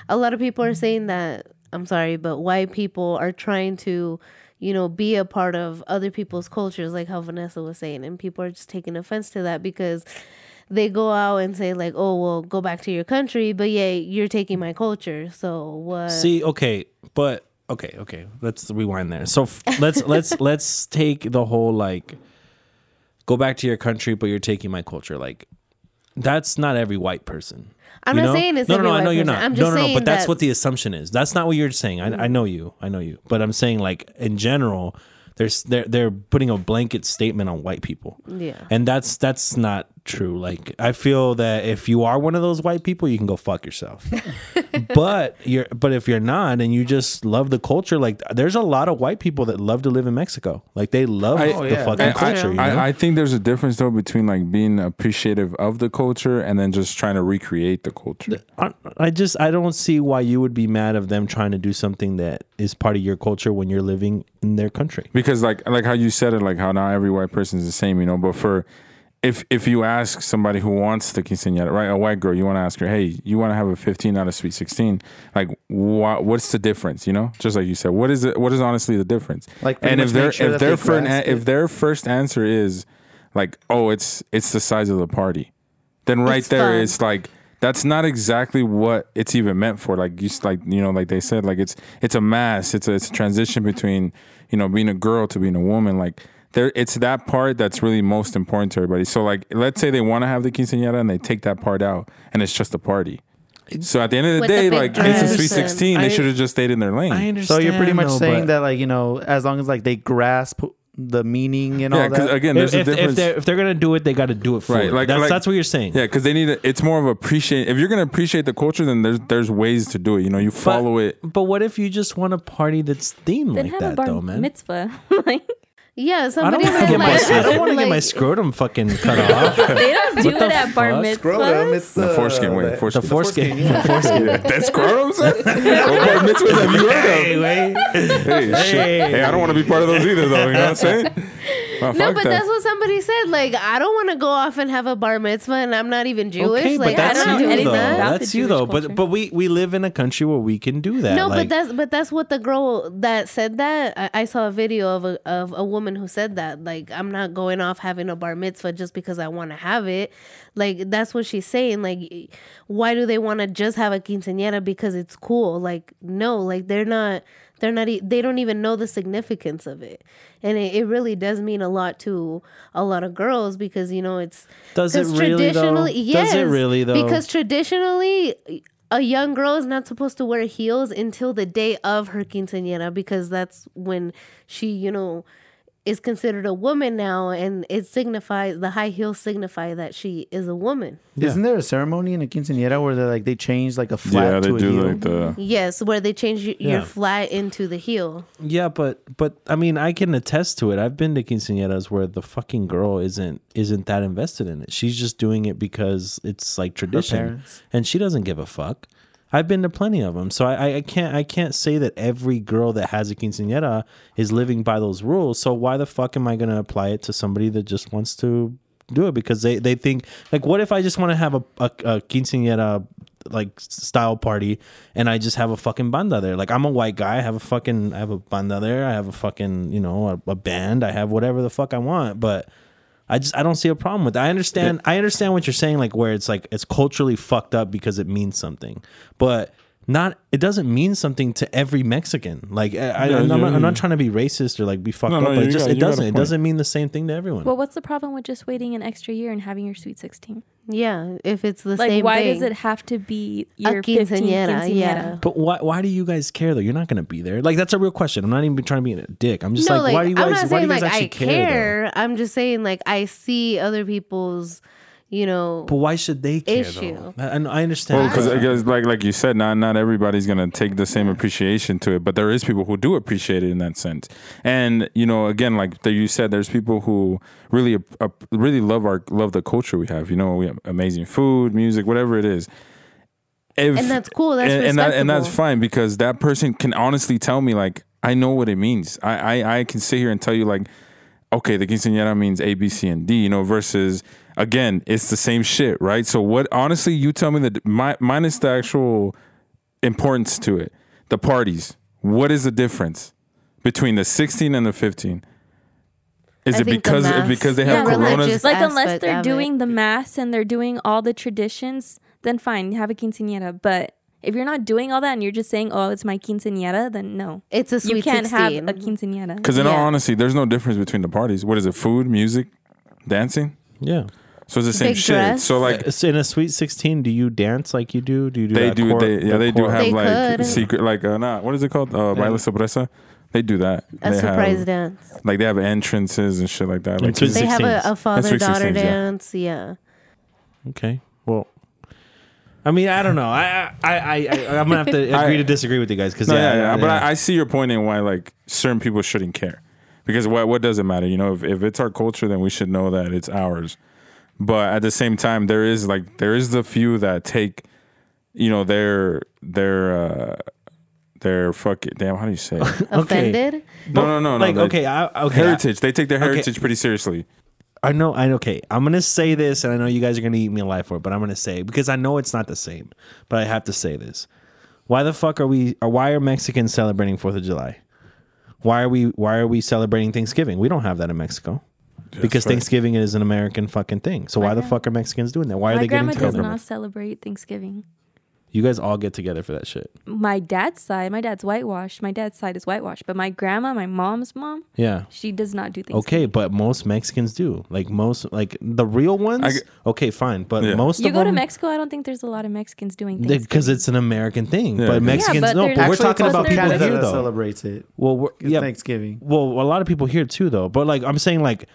[SPEAKER 4] a lot of people are saying that I'm sorry, but white people are trying to, you know, be a part of other people's cultures, like how Vanessa was saying, and people are just taking offense to that because they go out and say like, "Oh, well, go back to your country," but yeah, you're taking my culture. So what?
[SPEAKER 3] See, okay, but okay, okay. Let's rewind there. So f-
[SPEAKER 4] *laughs*
[SPEAKER 3] let's let's let's take the whole like go back to your country, but you're taking my culture. Like that's not every white person.
[SPEAKER 4] I'm
[SPEAKER 3] you
[SPEAKER 4] not
[SPEAKER 3] know?
[SPEAKER 4] saying it's
[SPEAKER 3] no,
[SPEAKER 4] every
[SPEAKER 3] no, no. I
[SPEAKER 4] white
[SPEAKER 3] know you're
[SPEAKER 4] person.
[SPEAKER 3] not.
[SPEAKER 4] I'm just
[SPEAKER 3] no, no, no.
[SPEAKER 4] saying
[SPEAKER 3] But that's
[SPEAKER 4] that- Mm.
[SPEAKER 3] what the assumption is. That's not what you're saying. I, I know you. I know you. But I'm saying like in general, there's they're they're putting a blanket statement on white people.
[SPEAKER 4] Yeah.
[SPEAKER 3] And that's that's not true. Like I feel that if you are one of those white people, you can go fuck
[SPEAKER 4] *laughs*
[SPEAKER 3] yourself. but you're but if you're not and you just love the culture, like there's a lot of white people that love to live in Mexico. Like they love
[SPEAKER 2] I-
[SPEAKER 3] the
[SPEAKER 2] Oh,
[SPEAKER 6] yeah.
[SPEAKER 3] fucking
[SPEAKER 2] I,
[SPEAKER 3] culture. you know?
[SPEAKER 2] I, I think there's a difference though between like being appreciative of the culture and then just trying to recreate the culture.
[SPEAKER 3] I I just I don't see why you would be mad of them trying to do something that is part of your culture when you're living in their country.
[SPEAKER 2] because like like how you said it like how not every white person is the same you know but for if if you ask somebody who wants the quinceañera right a white girl you want to ask her hey you want to have a 15 out of sweet 16 like what what's the difference you know just like you said what is it what is honestly the difference
[SPEAKER 6] Like, pretty
[SPEAKER 2] and if
[SPEAKER 6] much make
[SPEAKER 2] their
[SPEAKER 6] sure
[SPEAKER 2] if
[SPEAKER 6] that
[SPEAKER 2] their
[SPEAKER 6] they
[SPEAKER 2] first
[SPEAKER 6] grasp
[SPEAKER 2] if
[SPEAKER 6] it.
[SPEAKER 2] their first answer is like oh it's it's the size of the party then right
[SPEAKER 4] It's
[SPEAKER 2] there
[SPEAKER 4] fun.
[SPEAKER 2] it's like that's not exactly what it's even meant for like you s- like you know like they said like it's it's a mass it's a, it's a transition between you know being a girl to being a woman like there it's that part that's really most important to everybody so like let's say they want to have the quinceañera and they take that part out and it's just a party so at the end of the
[SPEAKER 4] With the
[SPEAKER 2] day
[SPEAKER 4] big
[SPEAKER 2] like it's a
[SPEAKER 4] dress
[SPEAKER 2] 316
[SPEAKER 3] and-
[SPEAKER 2] they should have just stayed in their lane
[SPEAKER 6] So you're pretty much saying
[SPEAKER 3] that.
[SPEAKER 6] that like you know as long as like they grasp the meaning and
[SPEAKER 2] yeah
[SPEAKER 6] all
[SPEAKER 2] because
[SPEAKER 6] that.
[SPEAKER 2] again
[SPEAKER 3] If, if,
[SPEAKER 2] there's a
[SPEAKER 3] if
[SPEAKER 2] difference
[SPEAKER 3] they're if they're gonna do it, they got to do it for
[SPEAKER 2] Right,
[SPEAKER 3] it.
[SPEAKER 2] like-
[SPEAKER 3] that's,
[SPEAKER 2] like-
[SPEAKER 3] that's what you're saying.
[SPEAKER 2] Yeah, because they need to, it's more of appreciate. If you're gonna appreciate the culture, then there's there's ways to do it. You know, you
[SPEAKER 3] But-
[SPEAKER 2] follow it.
[SPEAKER 3] But what if you just want a party that's themed
[SPEAKER 5] Then
[SPEAKER 3] like
[SPEAKER 5] have a
[SPEAKER 3] that
[SPEAKER 5] bar
[SPEAKER 3] though, man?
[SPEAKER 5] mitzvah. *laughs* like
[SPEAKER 4] yeah,
[SPEAKER 3] I don't
[SPEAKER 4] somebody
[SPEAKER 3] want to
[SPEAKER 4] said
[SPEAKER 3] get my
[SPEAKER 4] like,
[SPEAKER 3] I don't want to
[SPEAKER 5] *laughs*
[SPEAKER 3] get my
[SPEAKER 4] *laughs* like-
[SPEAKER 3] scrotum fucking cut off.
[SPEAKER 5] they don't do it
[SPEAKER 3] the
[SPEAKER 5] at bar
[SPEAKER 3] fuck?
[SPEAKER 5] mitzvahs.
[SPEAKER 6] it's uh,
[SPEAKER 2] The foreskin way.
[SPEAKER 3] The
[SPEAKER 2] Foreskin.
[SPEAKER 4] *laughs*
[SPEAKER 3] foreskin, the foreskin.
[SPEAKER 2] That's scrotum, sir? *laughs* what bar mitzvahs have you heard of?
[SPEAKER 3] Anyway,
[SPEAKER 2] Hey, shit. hey I don't want to be part of those either, though. You know what I'm
[SPEAKER 4] *laughs*
[SPEAKER 2] saying? Well,
[SPEAKER 4] No,
[SPEAKER 2] fuck
[SPEAKER 4] but
[SPEAKER 2] that.
[SPEAKER 4] that's what somebody said. Like, I don't want to go off and have a bar mitzvah, and I'm not even Jewish.
[SPEAKER 3] okay,
[SPEAKER 4] like,
[SPEAKER 3] but that's
[SPEAKER 4] I don't
[SPEAKER 5] know
[SPEAKER 3] you
[SPEAKER 4] do
[SPEAKER 5] anything
[SPEAKER 3] though.
[SPEAKER 5] about
[SPEAKER 4] that.
[SPEAKER 5] the
[SPEAKER 3] That's you
[SPEAKER 5] Jewish
[SPEAKER 3] though.
[SPEAKER 5] culture.
[SPEAKER 3] But but we we live in a country where we can do that.
[SPEAKER 4] No,
[SPEAKER 3] like,
[SPEAKER 4] but that's but that's what the girl that said that. I, I saw a video of a of a woman who said that. Like, I'm not going off having a bar mitzvah just because I want to have it. Like, that's what she's saying. Like, why do they want to just have a quinceañera because it's cool? Like, no, like they're not. They're not. e- They don't even know the significance of it, and it, it really does mean a lot to a lot of girls because you know it's
[SPEAKER 3] Does it
[SPEAKER 4] 'Cause
[SPEAKER 3] really though?
[SPEAKER 4] traditionally- Yes,
[SPEAKER 3] Does it really though?
[SPEAKER 4] Because traditionally, a young girl is not supposed to wear heels until the day of her quinceañera because that's when she, you know, is considered a woman now, and it signifies the high heels signify that she is a woman.
[SPEAKER 6] Isn't there a ceremony in a quinceañera where they like they change like a flat
[SPEAKER 2] yeah, they
[SPEAKER 6] to a heel?
[SPEAKER 2] do like the.
[SPEAKER 4] Yes, where they change y- your
[SPEAKER 3] Yeah.
[SPEAKER 4] flat into the heel.
[SPEAKER 3] Yeah, but but I mean, I can attest to it. I've been to quinceañeras where the fucking girl isn't isn't that invested in it. She's just doing it because it's like tradition,
[SPEAKER 6] parents.
[SPEAKER 3] and she doesn't give a fuck. I've been to plenty of them, so I, I- I can't I can't say that every girl that has a quinceañera is living by those rules. So why the fuck am I gonna apply it to somebody that just wants to do it because they they think like, what if I just want to have a a, a quinceañera like style party and I just have a fucking banda there. Like I'm a white guy, I have a fucking I have a banda there, I have a fucking, you know, a, a band, I have whatever the fuck I want, but I just I don't see a problem with it. I understand I understand what you're saying like where it's like it's culturally fucked up because it means something. But not it doesn't mean something to every Mexican. Like I, I,
[SPEAKER 2] Yeah,
[SPEAKER 3] I'm, not,
[SPEAKER 2] yeah,
[SPEAKER 3] I'm
[SPEAKER 2] yeah.
[SPEAKER 3] not trying to be racist or like be fucked
[SPEAKER 2] No,
[SPEAKER 3] up,
[SPEAKER 2] no,
[SPEAKER 3] but it
[SPEAKER 2] you
[SPEAKER 3] just
[SPEAKER 2] got-
[SPEAKER 3] it
[SPEAKER 2] you got a
[SPEAKER 3] doesn't it
[SPEAKER 2] point.
[SPEAKER 3] doesn't mean the same thing to everyone.
[SPEAKER 5] Well, what's the problem with just waiting an extra year and having your sweet sixteen?
[SPEAKER 4] Yeah, if it's the
[SPEAKER 5] Like,
[SPEAKER 4] same
[SPEAKER 5] why
[SPEAKER 4] thing.
[SPEAKER 5] does it have to be
[SPEAKER 4] A
[SPEAKER 5] your 15th
[SPEAKER 4] quinceañera,
[SPEAKER 5] quinceañera?
[SPEAKER 4] yeah.
[SPEAKER 3] But why? Why do you guys care though? You're not gonna be there. Like that's a real question. I'm not even trying to be a dick. I'm just
[SPEAKER 4] no,
[SPEAKER 3] like,
[SPEAKER 4] like,
[SPEAKER 3] why do you
[SPEAKER 4] I'm
[SPEAKER 3] guys? why
[SPEAKER 4] not
[SPEAKER 3] do
[SPEAKER 4] saying
[SPEAKER 3] you guys
[SPEAKER 4] like
[SPEAKER 3] actually
[SPEAKER 4] I care. I'm just saying like I see other people's, you know,
[SPEAKER 3] But why should they care
[SPEAKER 4] Issue.
[SPEAKER 3] though? I, I understand.
[SPEAKER 2] Well, because
[SPEAKER 3] that.
[SPEAKER 2] I guess like like you said, not not everybody's gonna take the same appreciation to it, but there is people who do appreciate it in that sense. And you know, again, like that you said, there's people who really ap- ap- really love our love the culture we have. You know, we have amazing food, music, whatever it is. If,
[SPEAKER 4] And that's cool, that's
[SPEAKER 2] and, and that, and that's
[SPEAKER 4] respectable.
[SPEAKER 2] fine because that person can honestly tell me like I know what it means. I I, I can sit here and tell you like. Okay, the quinceañera means A, B, C, and D, you know, versus again, it's the same shit, right? So what honestly you tell me that my minus the actual importance to it. The parties. What is the difference between the 16 and the 15? Is
[SPEAKER 4] I
[SPEAKER 2] it
[SPEAKER 4] think the
[SPEAKER 2] because
[SPEAKER 4] mass-
[SPEAKER 2] because they
[SPEAKER 4] Yeah,
[SPEAKER 2] have
[SPEAKER 4] religious-
[SPEAKER 2] coronas?
[SPEAKER 5] Like
[SPEAKER 4] aspect
[SPEAKER 5] unless
[SPEAKER 4] of
[SPEAKER 5] they're
[SPEAKER 4] it.
[SPEAKER 5] doing the mass and they're doing all the traditions, then fine, have a quinceañera. But if you're not doing all that and you're just saying, "Oh, it's my quinceañera," then no,
[SPEAKER 4] it's a sweet
[SPEAKER 5] you can't
[SPEAKER 4] 16.
[SPEAKER 5] have a quinceañera.
[SPEAKER 2] Because in all
[SPEAKER 4] Yeah.
[SPEAKER 2] honesty, there's no difference between the parties. What is it? Food, music, dancing?
[SPEAKER 3] yeah.
[SPEAKER 2] So it's the same
[SPEAKER 4] Big
[SPEAKER 2] shit.
[SPEAKER 4] dress.
[SPEAKER 2] So like
[SPEAKER 3] So in a sweet sixteen, do you dance like you do? Do you do?
[SPEAKER 2] they
[SPEAKER 3] that
[SPEAKER 2] do
[SPEAKER 3] cor-
[SPEAKER 2] they yeah,
[SPEAKER 3] that
[SPEAKER 2] they do
[SPEAKER 3] cor-
[SPEAKER 2] have
[SPEAKER 4] They
[SPEAKER 2] like
[SPEAKER 4] could.
[SPEAKER 2] secret like uh not what is it called? Uh baile sorpresa? They do that.
[SPEAKER 4] a
[SPEAKER 2] they
[SPEAKER 4] surprise
[SPEAKER 2] have,
[SPEAKER 4] dance.
[SPEAKER 2] Like they have entrances and shit like that. Like
[SPEAKER 3] Entrance-
[SPEAKER 4] They have a,
[SPEAKER 3] 16s.
[SPEAKER 4] a father
[SPEAKER 2] sweet
[SPEAKER 4] daughter
[SPEAKER 2] 16s, yeah.
[SPEAKER 4] dance. Yeah.
[SPEAKER 3] Okay. Well, I mean, I don't know. I I I, I I'm gonna have to
[SPEAKER 2] *laughs*
[SPEAKER 3] agree
[SPEAKER 2] I-
[SPEAKER 3] to disagree with you guys because
[SPEAKER 2] No, yeah, yeah, But I, I see your point in why like certain people shouldn't care, because what what does it matter? You know, if, if it's our culture, then we should know that it's ours. But at the same time, there is like there is the few that take, you know, their their uh their fucking damn. How do you say? It? *laughs*
[SPEAKER 4] Offended?
[SPEAKER 2] no, no, no, no.
[SPEAKER 3] like
[SPEAKER 2] they-
[SPEAKER 3] okay, I, okay,
[SPEAKER 2] heritage. they take their
[SPEAKER 3] Okay.
[SPEAKER 2] heritage pretty seriously.
[SPEAKER 3] I know. I okay. I'm gonna say this, and I know you guys are gonna eat me alive for it, but I'm gonna say it because I know it's not the same. But I have to say this: Why the fuck are we? Or why are Mexicans celebrating Fourth of July? Why are we? Why are we celebrating Thanksgiving? We don't have that in Mexico because
[SPEAKER 2] right.
[SPEAKER 3] Thanksgiving is an American fucking thing. So why the fuck are Mexicans doing that? Why are
[SPEAKER 5] My
[SPEAKER 3] they getting
[SPEAKER 5] grandma does
[SPEAKER 3] together?
[SPEAKER 5] not celebrate Thanksgiving.
[SPEAKER 3] You guys all get together for that shit.
[SPEAKER 5] My dad's side, my dad's whitewashed. My dad's side is whitewashed, but my grandma, my mom's mom,
[SPEAKER 3] Yeah.
[SPEAKER 5] she does not do Thanksgiving.
[SPEAKER 3] Okay, but most Mexicans do. Like most, like the real ones.
[SPEAKER 2] I g-
[SPEAKER 3] okay, fine, but
[SPEAKER 2] Yeah.
[SPEAKER 3] most
[SPEAKER 5] You
[SPEAKER 3] of
[SPEAKER 5] go to
[SPEAKER 3] them-
[SPEAKER 5] Mexico, I don't think there's a lot of Mexicans doing Thanksgiving.
[SPEAKER 3] because it's an American thing.
[SPEAKER 2] Yeah,
[SPEAKER 3] but
[SPEAKER 2] yeah.
[SPEAKER 3] Mexicans,
[SPEAKER 5] Yeah, but
[SPEAKER 3] no.
[SPEAKER 5] there's-
[SPEAKER 3] But we're
[SPEAKER 5] Actually,
[SPEAKER 3] talking
[SPEAKER 5] plus
[SPEAKER 3] about
[SPEAKER 5] there's-
[SPEAKER 3] people
[SPEAKER 5] Canada
[SPEAKER 3] here
[SPEAKER 6] that
[SPEAKER 3] though.
[SPEAKER 6] celebrates it.
[SPEAKER 3] Well, we're,
[SPEAKER 6] It's
[SPEAKER 3] yeah.
[SPEAKER 6] Thanksgiving.
[SPEAKER 3] Well, a lot of people here too, though. But like I'm saying, like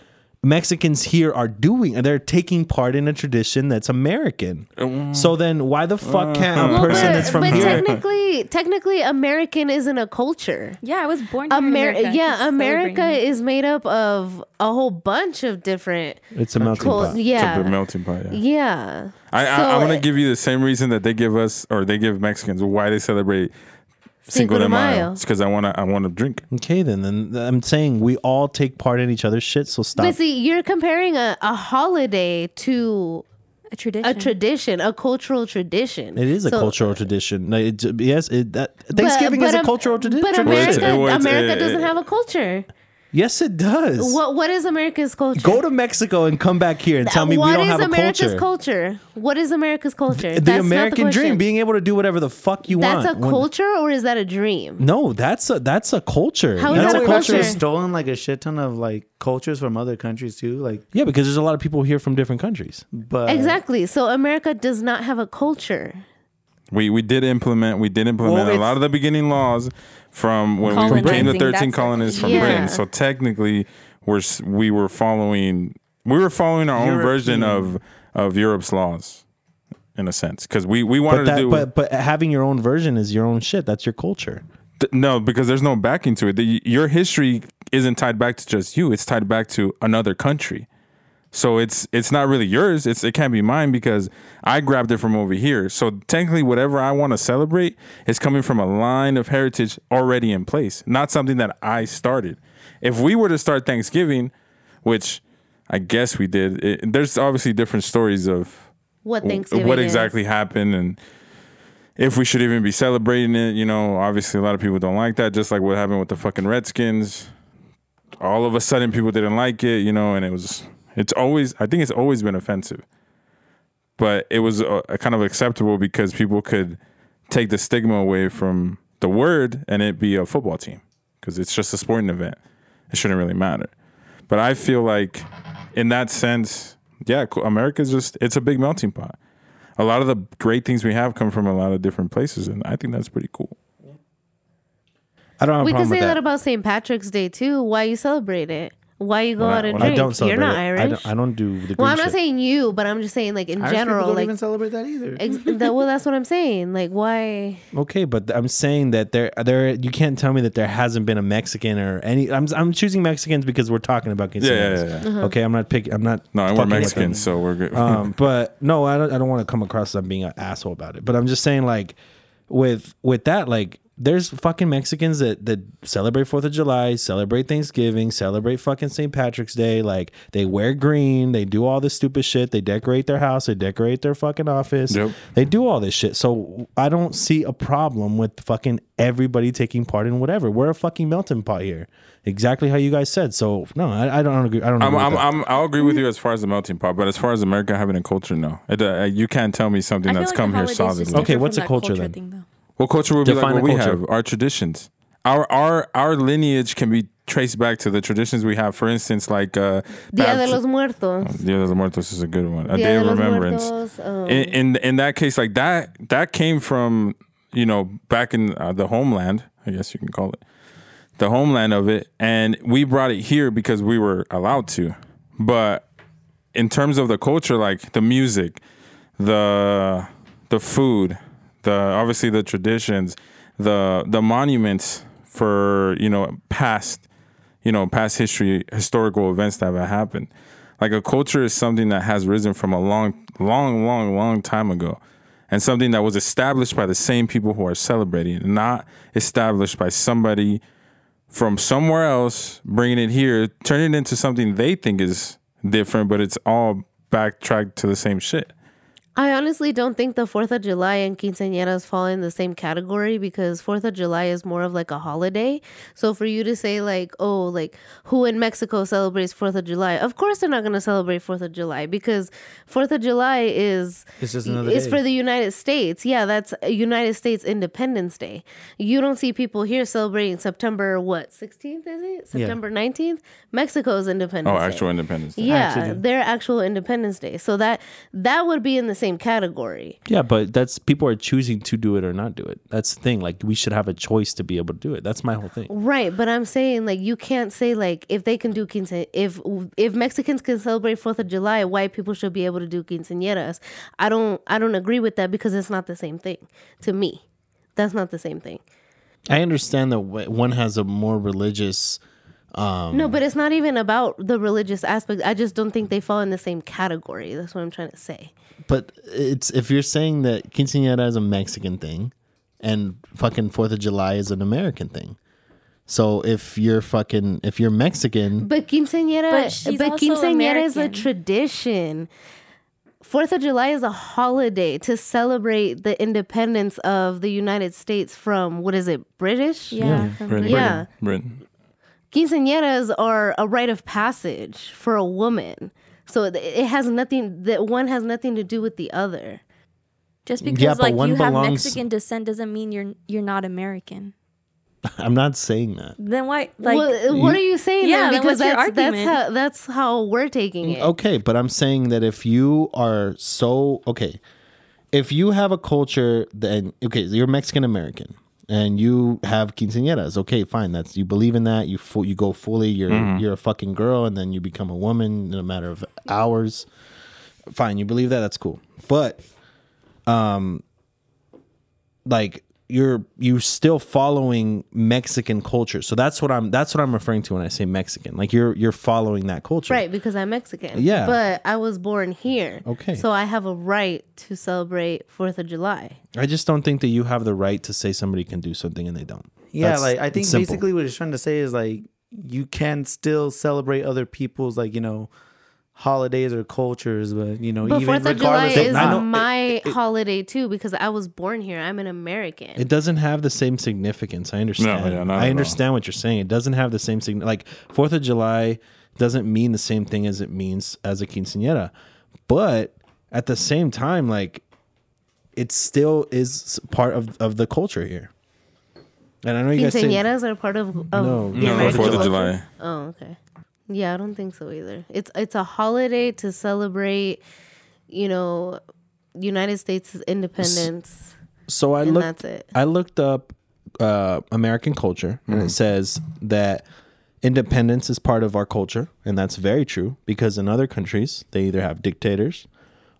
[SPEAKER 3] Mexicans here are doing, they're taking part in a tradition that's American.
[SPEAKER 2] Mm.
[SPEAKER 3] so then, why the
[SPEAKER 2] Uh,
[SPEAKER 3] fuck can't a
[SPEAKER 4] Well,
[SPEAKER 3] person
[SPEAKER 4] but,
[SPEAKER 3] that's from
[SPEAKER 4] but
[SPEAKER 3] here?
[SPEAKER 4] technically, technically, American isn't a culture.
[SPEAKER 5] yeah, I was born here in
[SPEAKER 4] Amer-
[SPEAKER 5] America. It's
[SPEAKER 4] yeah, America
[SPEAKER 5] celebrating.
[SPEAKER 4] is made up of a whole bunch of different.
[SPEAKER 3] It's a melting
[SPEAKER 4] Cul-
[SPEAKER 3] pot.
[SPEAKER 4] yeah.
[SPEAKER 2] It's a melting pot. Yeah.
[SPEAKER 4] Yeah.
[SPEAKER 2] I, I,
[SPEAKER 4] So,
[SPEAKER 2] I'm gonna give you the same reason that they give us or they give Mexicans why they celebrate Cinco de Mayo. It's because I wanna I wanna drink.
[SPEAKER 3] Okay, then, then I'm saying we all take part in each other's shit. So stop.
[SPEAKER 4] But see, you're comparing a, a holiday to
[SPEAKER 5] a tradition.
[SPEAKER 4] a tradition, a cultural tradition.
[SPEAKER 3] it is a
[SPEAKER 4] So- uh,
[SPEAKER 3] cultural tradition. Like, it- yes, it, that Thanksgiving
[SPEAKER 4] but
[SPEAKER 3] is a
[SPEAKER 4] Am-
[SPEAKER 3] cultural tradi-
[SPEAKER 4] But
[SPEAKER 3] tradition.
[SPEAKER 2] it's-
[SPEAKER 4] America,
[SPEAKER 2] well, it's-
[SPEAKER 4] America
[SPEAKER 2] uh,
[SPEAKER 4] doesn't have a culture.
[SPEAKER 3] Yes, it does.
[SPEAKER 4] What What is America's culture?
[SPEAKER 3] Go to Mexico and come back here and tell me
[SPEAKER 4] What
[SPEAKER 3] we don't
[SPEAKER 4] is
[SPEAKER 3] have a
[SPEAKER 4] America's
[SPEAKER 3] culture.
[SPEAKER 4] culture? What is America's culture?
[SPEAKER 3] the
[SPEAKER 4] That's not
[SPEAKER 3] American dream,
[SPEAKER 4] question.
[SPEAKER 3] being able to do whatever the fuck you
[SPEAKER 4] That's a
[SPEAKER 3] want. When-
[SPEAKER 4] culture or is that a dream?
[SPEAKER 3] No, that's a that's a culture.
[SPEAKER 4] How is
[SPEAKER 3] that's a
[SPEAKER 4] that a
[SPEAKER 6] We've
[SPEAKER 3] culture.
[SPEAKER 6] actually
[SPEAKER 4] culture?
[SPEAKER 6] stolen like a shit ton of like cultures from other countries too. Like,
[SPEAKER 3] Yeah, because there's a lot of people here from different countries.
[SPEAKER 6] but
[SPEAKER 4] Exactly. So America does not have a culture.
[SPEAKER 2] We we did implement we did implement a
[SPEAKER 6] it's-
[SPEAKER 2] lot of the beginning laws from when we
[SPEAKER 5] Colonizing,
[SPEAKER 2] became the
[SPEAKER 5] that's
[SPEAKER 2] thirteen
[SPEAKER 5] it.
[SPEAKER 2] colonists from
[SPEAKER 4] Yeah.
[SPEAKER 2] Britain. So technically, we're s- we were following we were following our own version of of Europe's laws, in a sense, because we we wanted
[SPEAKER 3] But
[SPEAKER 2] to do
[SPEAKER 3] that, but but having your own version is your own shit. That's your culture.
[SPEAKER 2] th- no because there's no backing to it. The, your history isn't tied back to just you; it's tied back to another country. So it's it's not really yours. It's it can't be mine because I grabbed it from over here. So technically, whatever I want to celebrate is coming from a line of heritage already in place, not something that I started. If we were to start Thanksgiving, which I guess we did, it, there's obviously different stories of
[SPEAKER 4] What
[SPEAKER 2] w-
[SPEAKER 4] Thanksgiving?
[SPEAKER 2] what
[SPEAKER 4] is.
[SPEAKER 2] exactly happened and if we should even be celebrating it. You know, obviously a lot of people don't like that. Just like what happened with the fucking Redskins, all of a sudden people didn't like it. You know, and it was it's always I think it's always been offensive, but it was uh, kind of acceptable because people could take the stigma away from the word and it be a football team because it's just a sporting event. It shouldn't really matter. But I feel like in that sense, yeah, co- America's just it's a big melting pot. A lot of the great things we have come from a lot of different places, and I think that's pretty cool.
[SPEAKER 3] I don't have a
[SPEAKER 4] we could
[SPEAKER 3] problem
[SPEAKER 4] say
[SPEAKER 3] with
[SPEAKER 4] that.
[SPEAKER 3] that.
[SPEAKER 4] about St. Patrick's Day too. Why you celebrate it? Why you go
[SPEAKER 2] When I-
[SPEAKER 4] out and
[SPEAKER 2] when I
[SPEAKER 4] drink?
[SPEAKER 2] about-
[SPEAKER 3] I don't celebrate.
[SPEAKER 4] You're not
[SPEAKER 3] it.
[SPEAKER 4] Irish.
[SPEAKER 3] I don't, I don't do the.
[SPEAKER 4] well,
[SPEAKER 3] green
[SPEAKER 4] I'm not
[SPEAKER 3] shit.
[SPEAKER 4] saying you, but I'm just saying like in
[SPEAKER 6] Irish people
[SPEAKER 4] general,
[SPEAKER 6] don't
[SPEAKER 4] like
[SPEAKER 6] even celebrate that either.
[SPEAKER 4] ex- that, well, that's what I'm saying.
[SPEAKER 3] *laughs*
[SPEAKER 4] Like why?
[SPEAKER 3] Okay, but I'm saying that there, there, you can't tell me that there hasn't been a Mexican or any. I'm, I'm choosing Mexicans because we're talking about
[SPEAKER 2] Yeah,
[SPEAKER 3] Canadians.
[SPEAKER 2] yeah, yeah. yeah.
[SPEAKER 3] Okay, I'm not picking. I'm not.
[SPEAKER 2] No, and
[SPEAKER 3] fucking
[SPEAKER 2] we're
[SPEAKER 3] with them.
[SPEAKER 2] Mexicans, so we're
[SPEAKER 3] *laughs*
[SPEAKER 2] good.
[SPEAKER 3] um, but no, I don't. I don't want to come across as I'm being an asshole about it. But I'm just saying, like, with with that, like, there's fucking Mexicans that that celebrate Fourth of July, celebrate Thanksgiving, celebrate fucking St. Patrick's Day. Like, they wear green, they do all this stupid shit. They decorate their house, they decorate their fucking office.
[SPEAKER 2] Yep.
[SPEAKER 3] They do all this shit. So I don't see a problem with fucking everybody taking part in whatever. We're a fucking melting pot here. Exactly how you guys said. So no, I, I don't agree. I don't.
[SPEAKER 2] *laughs* I'm,
[SPEAKER 3] agree with
[SPEAKER 2] I'm,
[SPEAKER 3] that.
[SPEAKER 2] I'm, I'll agree with you as far as the melting pot, but as far as America having a culture, no, it, uh, you can't tell me something
[SPEAKER 5] I feel
[SPEAKER 2] that's
[SPEAKER 5] like the
[SPEAKER 2] come here
[SPEAKER 5] holidays just
[SPEAKER 2] solidly.
[SPEAKER 5] differ
[SPEAKER 3] Okay,
[SPEAKER 5] from
[SPEAKER 3] what's a
[SPEAKER 5] that
[SPEAKER 3] culture then?
[SPEAKER 5] Thing, though.
[SPEAKER 2] Well, culture would be
[SPEAKER 3] Define
[SPEAKER 2] like what
[SPEAKER 3] a
[SPEAKER 2] we
[SPEAKER 3] culture.
[SPEAKER 2] have, our traditions. Our our our lineage can be traced back to the traditions we have. For instance, like uh,
[SPEAKER 4] Dia de
[SPEAKER 2] bapt-
[SPEAKER 4] los Muertos.
[SPEAKER 2] Dia de los Muertos is a good one, a
[SPEAKER 4] Dia
[SPEAKER 2] day
[SPEAKER 4] de
[SPEAKER 2] of
[SPEAKER 4] los
[SPEAKER 2] remembrance.
[SPEAKER 4] Muertos, um,
[SPEAKER 2] in, in in that case, like that that came from you know back in uh, the homeland, I guess you can call it the homeland of it, and we brought it here because we were allowed to. But in terms of the culture, like the music, the the food, the obviously the traditions, the the monuments for you know past you know past history historical events that have happened like a culture is something that has risen from a long long long long time ago and something that was established by the same people who are celebrating it, not established by somebody from somewhere else bringing it here turning it into something they think is different but it's all backtracked to the same shit
[SPEAKER 4] I honestly don't think the 4th of July and quinceañeras fall in the same category because 4th of July is more of like a holiday. So for you to say like, "Oh, like who in Mexico celebrates 4th of July?" Of course they're not going to celebrate 4th of July because 4th of July is
[SPEAKER 6] It's just another
[SPEAKER 4] It's
[SPEAKER 6] day.
[SPEAKER 4] for the United States. Yeah, that's uh, United States Independence Day. You don't see people here celebrating September what? 16th is it? September 19th? Mexico's Independence
[SPEAKER 2] oh
[SPEAKER 4] Day.
[SPEAKER 2] actual independence Day.
[SPEAKER 4] Yeah, their actual Independence Day. So that that would be in the same category.
[SPEAKER 3] Yeah, but that's people are choosing to do it or not do it. That's the thing. Like we should have a choice to be able to do it. That's my whole thing.
[SPEAKER 4] Right, but I'm saying like you can't say like if they can do quince if if Mexicans can celebrate 4th of July, white people should be able to do quinceañeras. I don't I don't agree with that because it's not the same thing to me. That's not the same thing.
[SPEAKER 3] I understand that wh- one has a more religious. um,
[SPEAKER 4] No, but it's not even about the religious aspect. I just don't think they fall in the same category. That's what I'm trying to say.
[SPEAKER 7] But it's if you're saying that quinceañera is a Mexican thing, and fucking Fourth of July is an American thing. So if you're fucking if you're Mexican,
[SPEAKER 4] But quinceañera,
[SPEAKER 5] But
[SPEAKER 4] but,
[SPEAKER 5] she's also
[SPEAKER 4] quinceañera is a
[SPEAKER 5] American.
[SPEAKER 4] tradition. Fourth of July is a holiday to celebrate the independence of the United States from what is it, British?
[SPEAKER 5] Yeah.
[SPEAKER 2] Britain,
[SPEAKER 5] from Britain.
[SPEAKER 4] Yeah.
[SPEAKER 2] Britain.
[SPEAKER 4] Quinceañeras are a rite of passage for a woman, so it- it has nothing. That one has nothing to do with the other.
[SPEAKER 5] Just
[SPEAKER 7] Yeah,
[SPEAKER 5] because
[SPEAKER 7] but
[SPEAKER 5] like
[SPEAKER 7] one
[SPEAKER 5] you have
[SPEAKER 7] belongs-
[SPEAKER 5] Mexican descent doesn't mean you're you're not American.
[SPEAKER 7] I'm not saying that.
[SPEAKER 5] Then why like
[SPEAKER 4] well, what are you saying?
[SPEAKER 5] Yeah,
[SPEAKER 4] then?
[SPEAKER 5] then
[SPEAKER 4] because
[SPEAKER 5] what's your
[SPEAKER 4] that's that's
[SPEAKER 5] argument?
[SPEAKER 4] how that's how we're taking it.
[SPEAKER 7] Mm, Okay, but I'm saying that if you are so okay, if you have a culture then okay, you're Mexican American and you have quinceañeras. Okay, fine. That's you believe in that. You fu- you go fully. You're you're a fucking girl, and then you become a woman in a matter of hours. Fine, you believe that. That's cool. But um, like you're you still following Mexican culture. So that's what I'm that's what I'm referring to when I say Mexican. Like you're you're following that culture.
[SPEAKER 4] Right, because I'm Mexican.
[SPEAKER 7] Yeah.
[SPEAKER 4] But I was born here.
[SPEAKER 7] Okay.
[SPEAKER 4] So I have a right to celebrate 4th of July.
[SPEAKER 3] I just don't think that you have the right to say somebody can do something and they don't.
[SPEAKER 6] Yeah,
[SPEAKER 7] That's-
[SPEAKER 6] like I
[SPEAKER 7] it's
[SPEAKER 6] think
[SPEAKER 7] simple.
[SPEAKER 6] basically what it's trying to say is like you can still celebrate other people's like you know holidays or cultures, but you know
[SPEAKER 4] But
[SPEAKER 6] even
[SPEAKER 4] 4th of July
[SPEAKER 6] regardless
[SPEAKER 4] is
[SPEAKER 6] of not,
[SPEAKER 4] my holiday too because I was born here. I'm an American.
[SPEAKER 7] It doesn't have the same significance. I understand.
[SPEAKER 2] yeah, not at all.
[SPEAKER 7] I understand what you're saying. It doesn't have the same sign. Like Fourth of July doesn't mean the same thing as it means as a quinceañera, but at the same time, like it still is part of of the culture here. And I know you guys say
[SPEAKER 4] Quinceañeras are part of, of
[SPEAKER 7] No,
[SPEAKER 4] the
[SPEAKER 2] No,
[SPEAKER 4] American
[SPEAKER 2] Fourth of
[SPEAKER 4] culture?
[SPEAKER 2] July.
[SPEAKER 4] Oh, okay. Yeah, I don't think so either. It's it's a holiday to celebrate, you know, United States independence,
[SPEAKER 3] So I
[SPEAKER 4] and
[SPEAKER 3] looked. *laughs*
[SPEAKER 4] that's it.
[SPEAKER 3] I looked up uh, American culture, and
[SPEAKER 2] Mm-hmm.
[SPEAKER 3] it says that independence is part of our culture, and that's very true because in other countries they either have dictators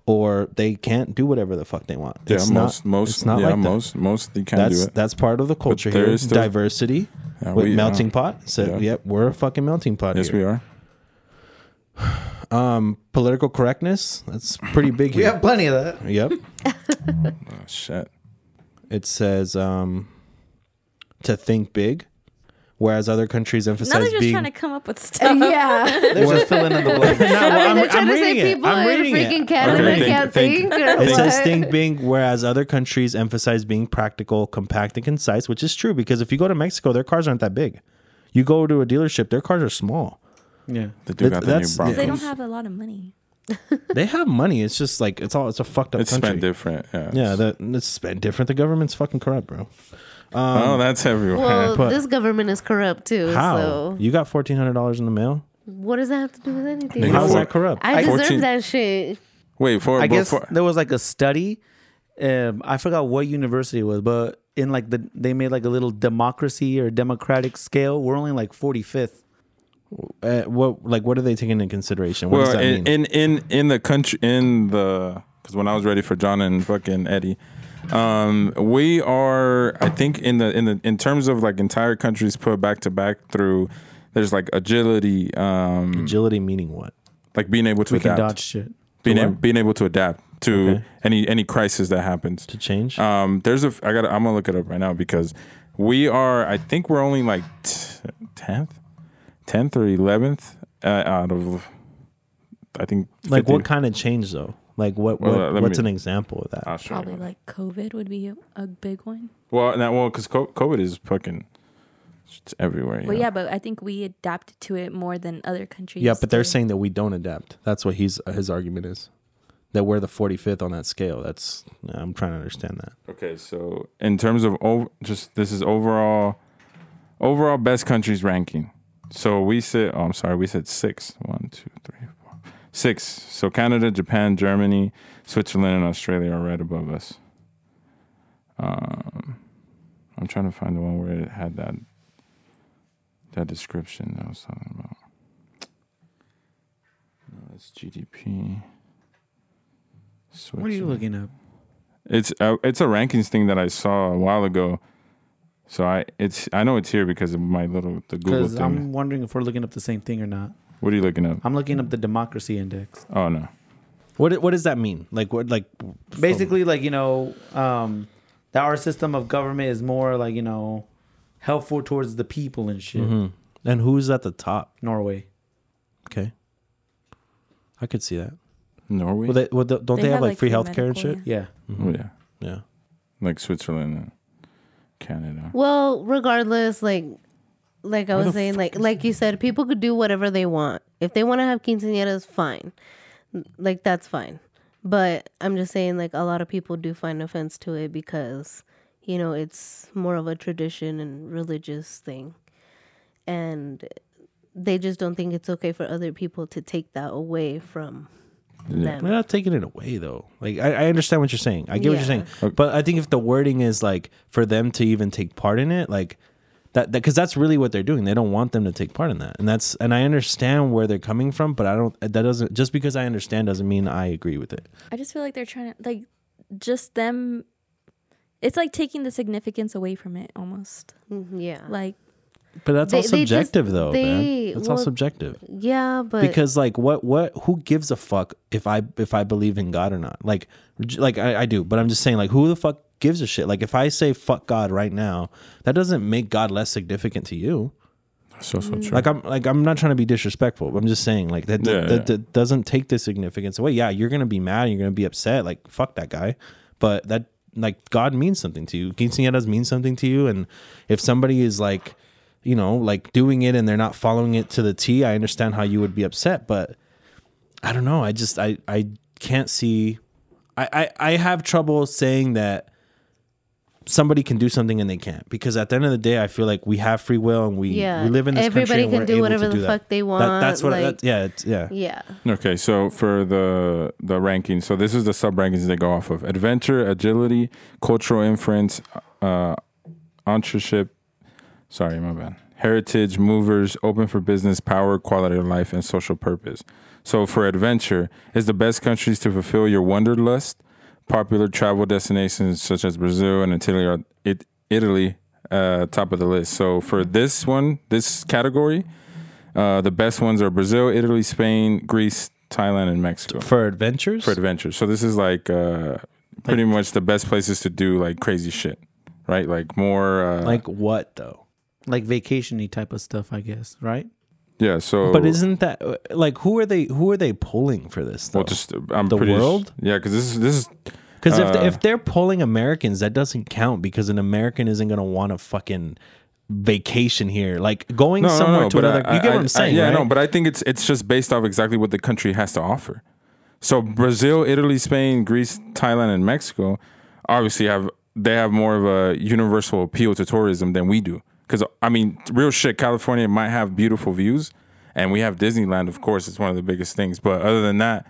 [SPEAKER 3] or they can't do whatever the fuck they want.
[SPEAKER 2] Yeah,
[SPEAKER 3] It's
[SPEAKER 2] most
[SPEAKER 3] not-
[SPEAKER 2] most
[SPEAKER 3] it's not
[SPEAKER 2] yeah,
[SPEAKER 3] like that.
[SPEAKER 2] most most you can
[SPEAKER 3] that's
[SPEAKER 2] do it.
[SPEAKER 3] that's part of the culture
[SPEAKER 2] there
[SPEAKER 3] here.
[SPEAKER 2] is still-
[SPEAKER 3] Diversity
[SPEAKER 2] Yeah,
[SPEAKER 3] with
[SPEAKER 2] we are.
[SPEAKER 3] melting pot. So
[SPEAKER 2] Yeah.
[SPEAKER 3] yep, we're a fucking melting pot.
[SPEAKER 2] yes,
[SPEAKER 3] here.
[SPEAKER 2] we are.
[SPEAKER 3] Political correctness. That's pretty
[SPEAKER 2] *laughs*
[SPEAKER 3] big
[SPEAKER 6] We
[SPEAKER 3] here.
[SPEAKER 6] have plenty of that.
[SPEAKER 3] Yep.
[SPEAKER 2] Oh, shit.
[SPEAKER 3] It says um, to think big, whereas other countries
[SPEAKER 5] Now they're
[SPEAKER 3] emphasize
[SPEAKER 5] just
[SPEAKER 3] being.
[SPEAKER 5] trying to come up with stuff.
[SPEAKER 4] yeah, *laughs*
[SPEAKER 6] They're just filling in the blank.
[SPEAKER 3] *laughs* No, well,
[SPEAKER 4] they're trying to say people in
[SPEAKER 3] reading it.
[SPEAKER 4] freaking Canada
[SPEAKER 2] Okay, thank-
[SPEAKER 4] can't
[SPEAKER 2] thank-
[SPEAKER 4] think. or
[SPEAKER 3] It says
[SPEAKER 4] what? *laughs*
[SPEAKER 3] think big, whereas other countries emphasize being practical, compact, and concise, which is true because if you go to Mexico, their cars aren't that big. You go to a dealership, their cars are small.
[SPEAKER 6] *laughs* Yeah.
[SPEAKER 2] They do
[SPEAKER 3] That's-
[SPEAKER 2] got the new
[SPEAKER 3] that's-
[SPEAKER 5] They don't
[SPEAKER 2] Broncos.
[SPEAKER 5] have a lot of money.
[SPEAKER 3] They have money. It's just like it's all it's a fucked up
[SPEAKER 2] It's
[SPEAKER 3] country.
[SPEAKER 2] spent different. Yeah.
[SPEAKER 3] Yeah, that it's spent different. The government's fucking corrupt, bro.
[SPEAKER 2] oh, that's everywhere.
[SPEAKER 4] Well,
[SPEAKER 3] but-
[SPEAKER 4] this government is corrupt too.
[SPEAKER 3] How
[SPEAKER 4] So
[SPEAKER 3] you got fourteen hundred dollars in the mail?
[SPEAKER 4] what does that have to do with anything?
[SPEAKER 2] Nigga,
[SPEAKER 3] How is
[SPEAKER 2] for-
[SPEAKER 3] that corrupt?
[SPEAKER 4] I deserve
[SPEAKER 2] 14
[SPEAKER 4] that shit.
[SPEAKER 2] Wait for
[SPEAKER 6] I guess
[SPEAKER 2] before.
[SPEAKER 6] there was like a study. Um, I forgot what university it was, but in like the they made like a little democracy or democratic scale. We're only like 45th.
[SPEAKER 3] Uh, what like what are they taking into consideration? What
[SPEAKER 2] well,
[SPEAKER 3] does that
[SPEAKER 2] in,
[SPEAKER 3] mean?
[SPEAKER 2] in in in the country in the because when I was ready for John and fucking Eddie, um, we are I think in the in the in terms of like entire countries put back to back through. There's like agility, um,
[SPEAKER 3] Agility meaning what?
[SPEAKER 2] like being able to
[SPEAKER 6] We can
[SPEAKER 2] adapt,
[SPEAKER 6] dodge shit.
[SPEAKER 2] being
[SPEAKER 3] To
[SPEAKER 2] able,
[SPEAKER 3] what?
[SPEAKER 2] being able to adapt to
[SPEAKER 3] Okay.
[SPEAKER 2] any any crisis that happens.
[SPEAKER 3] To change?
[SPEAKER 2] Um, there's a f- I got I'm gonna look it up right now because we are I think we're only like tenth, tenth or eleventh uh, out of I think
[SPEAKER 3] like
[SPEAKER 2] 50.
[SPEAKER 3] what kind of change though? Like what,
[SPEAKER 2] Well,
[SPEAKER 3] what
[SPEAKER 2] let
[SPEAKER 3] what's
[SPEAKER 2] me-
[SPEAKER 3] an example of that?
[SPEAKER 2] I'll show you.
[SPEAKER 5] Probably like COVID would be a, a big one.
[SPEAKER 2] Well, that well, because COVID is fucking it's everywhere. You
[SPEAKER 5] Well,
[SPEAKER 2] know?
[SPEAKER 5] yeah, but I think we adapted to it more than other countries.
[SPEAKER 3] Yeah, but they're
[SPEAKER 5] did.
[SPEAKER 3] saying that we don't adapt. That's what he's uh, his argument is. That we're the 45th on that scale. That's I'm trying to understand that.
[SPEAKER 2] Okay, so in terms of over, just this is overall, overall best countries ranking. So we said, oh, I'm sorry, we said six. One, two, three, four, six. So Canada, Japan, Germany, Switzerland, and Australia are right above us. Um, I'm trying to find the one where it had that that description that I was talking about. No, it's GDP.
[SPEAKER 6] What are you
[SPEAKER 2] Switzerland.
[SPEAKER 6] looking up?
[SPEAKER 2] It's uh, it's a rankings thing that I saw a while ago. So I it's I know it's here because of my little the Google
[SPEAKER 6] Because
[SPEAKER 2] thing.
[SPEAKER 6] I'm wondering if we're looking up the same thing or not.
[SPEAKER 2] what are you looking up?
[SPEAKER 6] I'm looking up the democracy index.
[SPEAKER 2] Oh no.
[SPEAKER 3] What what does that mean? Like what like
[SPEAKER 6] Basically, like you know, um, that our system of government is more like you know, helpful towards the people and shit.
[SPEAKER 3] Mhm. and who's at the top?
[SPEAKER 6] Norway.
[SPEAKER 3] Okay. I could see that.
[SPEAKER 2] Norway?
[SPEAKER 3] Well, they, well, don't they, have, like, free
[SPEAKER 5] the
[SPEAKER 3] healthcare and
[SPEAKER 5] medical,
[SPEAKER 3] shit?
[SPEAKER 5] yeah.
[SPEAKER 6] Yeah.
[SPEAKER 2] oh yeah.
[SPEAKER 3] Yeah.
[SPEAKER 2] Like Switzerland and Canada.
[SPEAKER 4] Well, regardless, like like I
[SPEAKER 2] Where
[SPEAKER 4] was
[SPEAKER 2] the
[SPEAKER 4] saying,
[SPEAKER 2] fuck
[SPEAKER 4] like
[SPEAKER 2] is
[SPEAKER 4] like you said, people could do whatever they want. If they want to have quinceañeras, fine. Like that's fine. But I'm just saying, like a lot of people do find offense to it because you know it's more of a tradition and religious thing, and they just don't think it's okay for other people to take that away from
[SPEAKER 2] Yeah.
[SPEAKER 3] We're
[SPEAKER 4] them.
[SPEAKER 3] not taking it away though. Like I, I understand what you're saying. I get what you're
[SPEAKER 4] Yeah.
[SPEAKER 3] saying. But I think if the wording is like for them to even take part in it, like that because that's really what they're doing. They don't want them to take part in that. And that's and I understand where they're coming from, but I don't that doesn't just because I understand doesn't mean I agree with it.
[SPEAKER 5] I just feel like they're trying to like just them. It's like taking the significance away from it almost.
[SPEAKER 4] Mm-hmm, Yeah,
[SPEAKER 5] Like
[SPEAKER 3] But that's all
[SPEAKER 4] They- they just-
[SPEAKER 3] subjective though,
[SPEAKER 4] they-
[SPEAKER 3] man. It's all
[SPEAKER 4] well,
[SPEAKER 3] subjective.
[SPEAKER 4] yeah, but
[SPEAKER 3] because like what what who gives a fuck if i if i believe in god or not like j- like I, I do but i'm just saying like who the fuck gives a shit like if i say fuck god right now that doesn't make god less significant to you
[SPEAKER 2] So so true.
[SPEAKER 3] like i'm like i'm not trying to be disrespectful but i'm just saying like that
[SPEAKER 2] Yeah,
[SPEAKER 3] that,
[SPEAKER 2] yeah.
[SPEAKER 3] that, doesn't take the significance away yeah you're gonna be mad you're gonna be upset like fuck that guy but that like god means something to you quinceañeras mean something to you and if somebody is like you know like doing it and they're not following it to the t i understand how you would be upset but I don't know. I just I I can't see. I I, I have trouble saying that somebody can do something and they can't because at the end of the day, I feel like we have free will and we,
[SPEAKER 4] Yeah.
[SPEAKER 3] we live in this country.
[SPEAKER 4] Everybody
[SPEAKER 3] and
[SPEAKER 4] can
[SPEAKER 3] we're
[SPEAKER 4] do
[SPEAKER 3] able
[SPEAKER 4] whatever
[SPEAKER 3] to
[SPEAKER 4] the
[SPEAKER 3] that.
[SPEAKER 4] fuck they
[SPEAKER 3] That-
[SPEAKER 4] want,
[SPEAKER 3] that's what.
[SPEAKER 4] like-
[SPEAKER 3] that's, yeah, it's, yeah.
[SPEAKER 4] Yeah.
[SPEAKER 2] Mm. Okay, so for the the rankings, so this is the sub rankings they go off of: adventure, agility, cultural inference, uh, entrepreneurship. Sorry, my bad. Heritage, movers, open for business, power, quality of life, and social purpose. So for adventure, it's the best countries to fulfill your wanderlust. Popular travel destinations such as Brazil and Italy are it, Italy uh, top of the list. So for this one, this category, uh, the best ones are Brazil, Italy, Spain, Greece, Thailand, and Mexico
[SPEAKER 3] For adventures,
[SPEAKER 2] for adventure. So this is like uh, pretty much the best places to do like crazy shit, right? Like more uh,
[SPEAKER 3] like what though?
[SPEAKER 6] like vacationy type of stuff, I guess, right?
[SPEAKER 2] yeah. So
[SPEAKER 3] But isn't that like who are they? Who are they pulling for this? Though?
[SPEAKER 2] well, just I'm
[SPEAKER 3] the
[SPEAKER 2] pretty s-
[SPEAKER 3] world?
[SPEAKER 2] yeah, because this is this is
[SPEAKER 3] Because if,
[SPEAKER 2] Uh,
[SPEAKER 3] if they're polling Americans, that doesn't count because an American isn't going to want to fucking vacation here. Like going
[SPEAKER 2] no,
[SPEAKER 3] somewhere
[SPEAKER 2] no, no,
[SPEAKER 3] to
[SPEAKER 2] but
[SPEAKER 3] another.
[SPEAKER 2] I,
[SPEAKER 3] you get
[SPEAKER 2] I-
[SPEAKER 3] what I'm saying?
[SPEAKER 2] I, yeah,
[SPEAKER 3] right?
[SPEAKER 2] no, but I think it's it's just based off exactly what the country has to offer. So Brazil, Italy, Spain, Greece, Thailand, and Mexico obviously have they have more of a universal appeal to tourism than we do. Because I mean, real shit, California might have beautiful views, and we have Disneyland, of course, it's one of the biggest things. But other than that,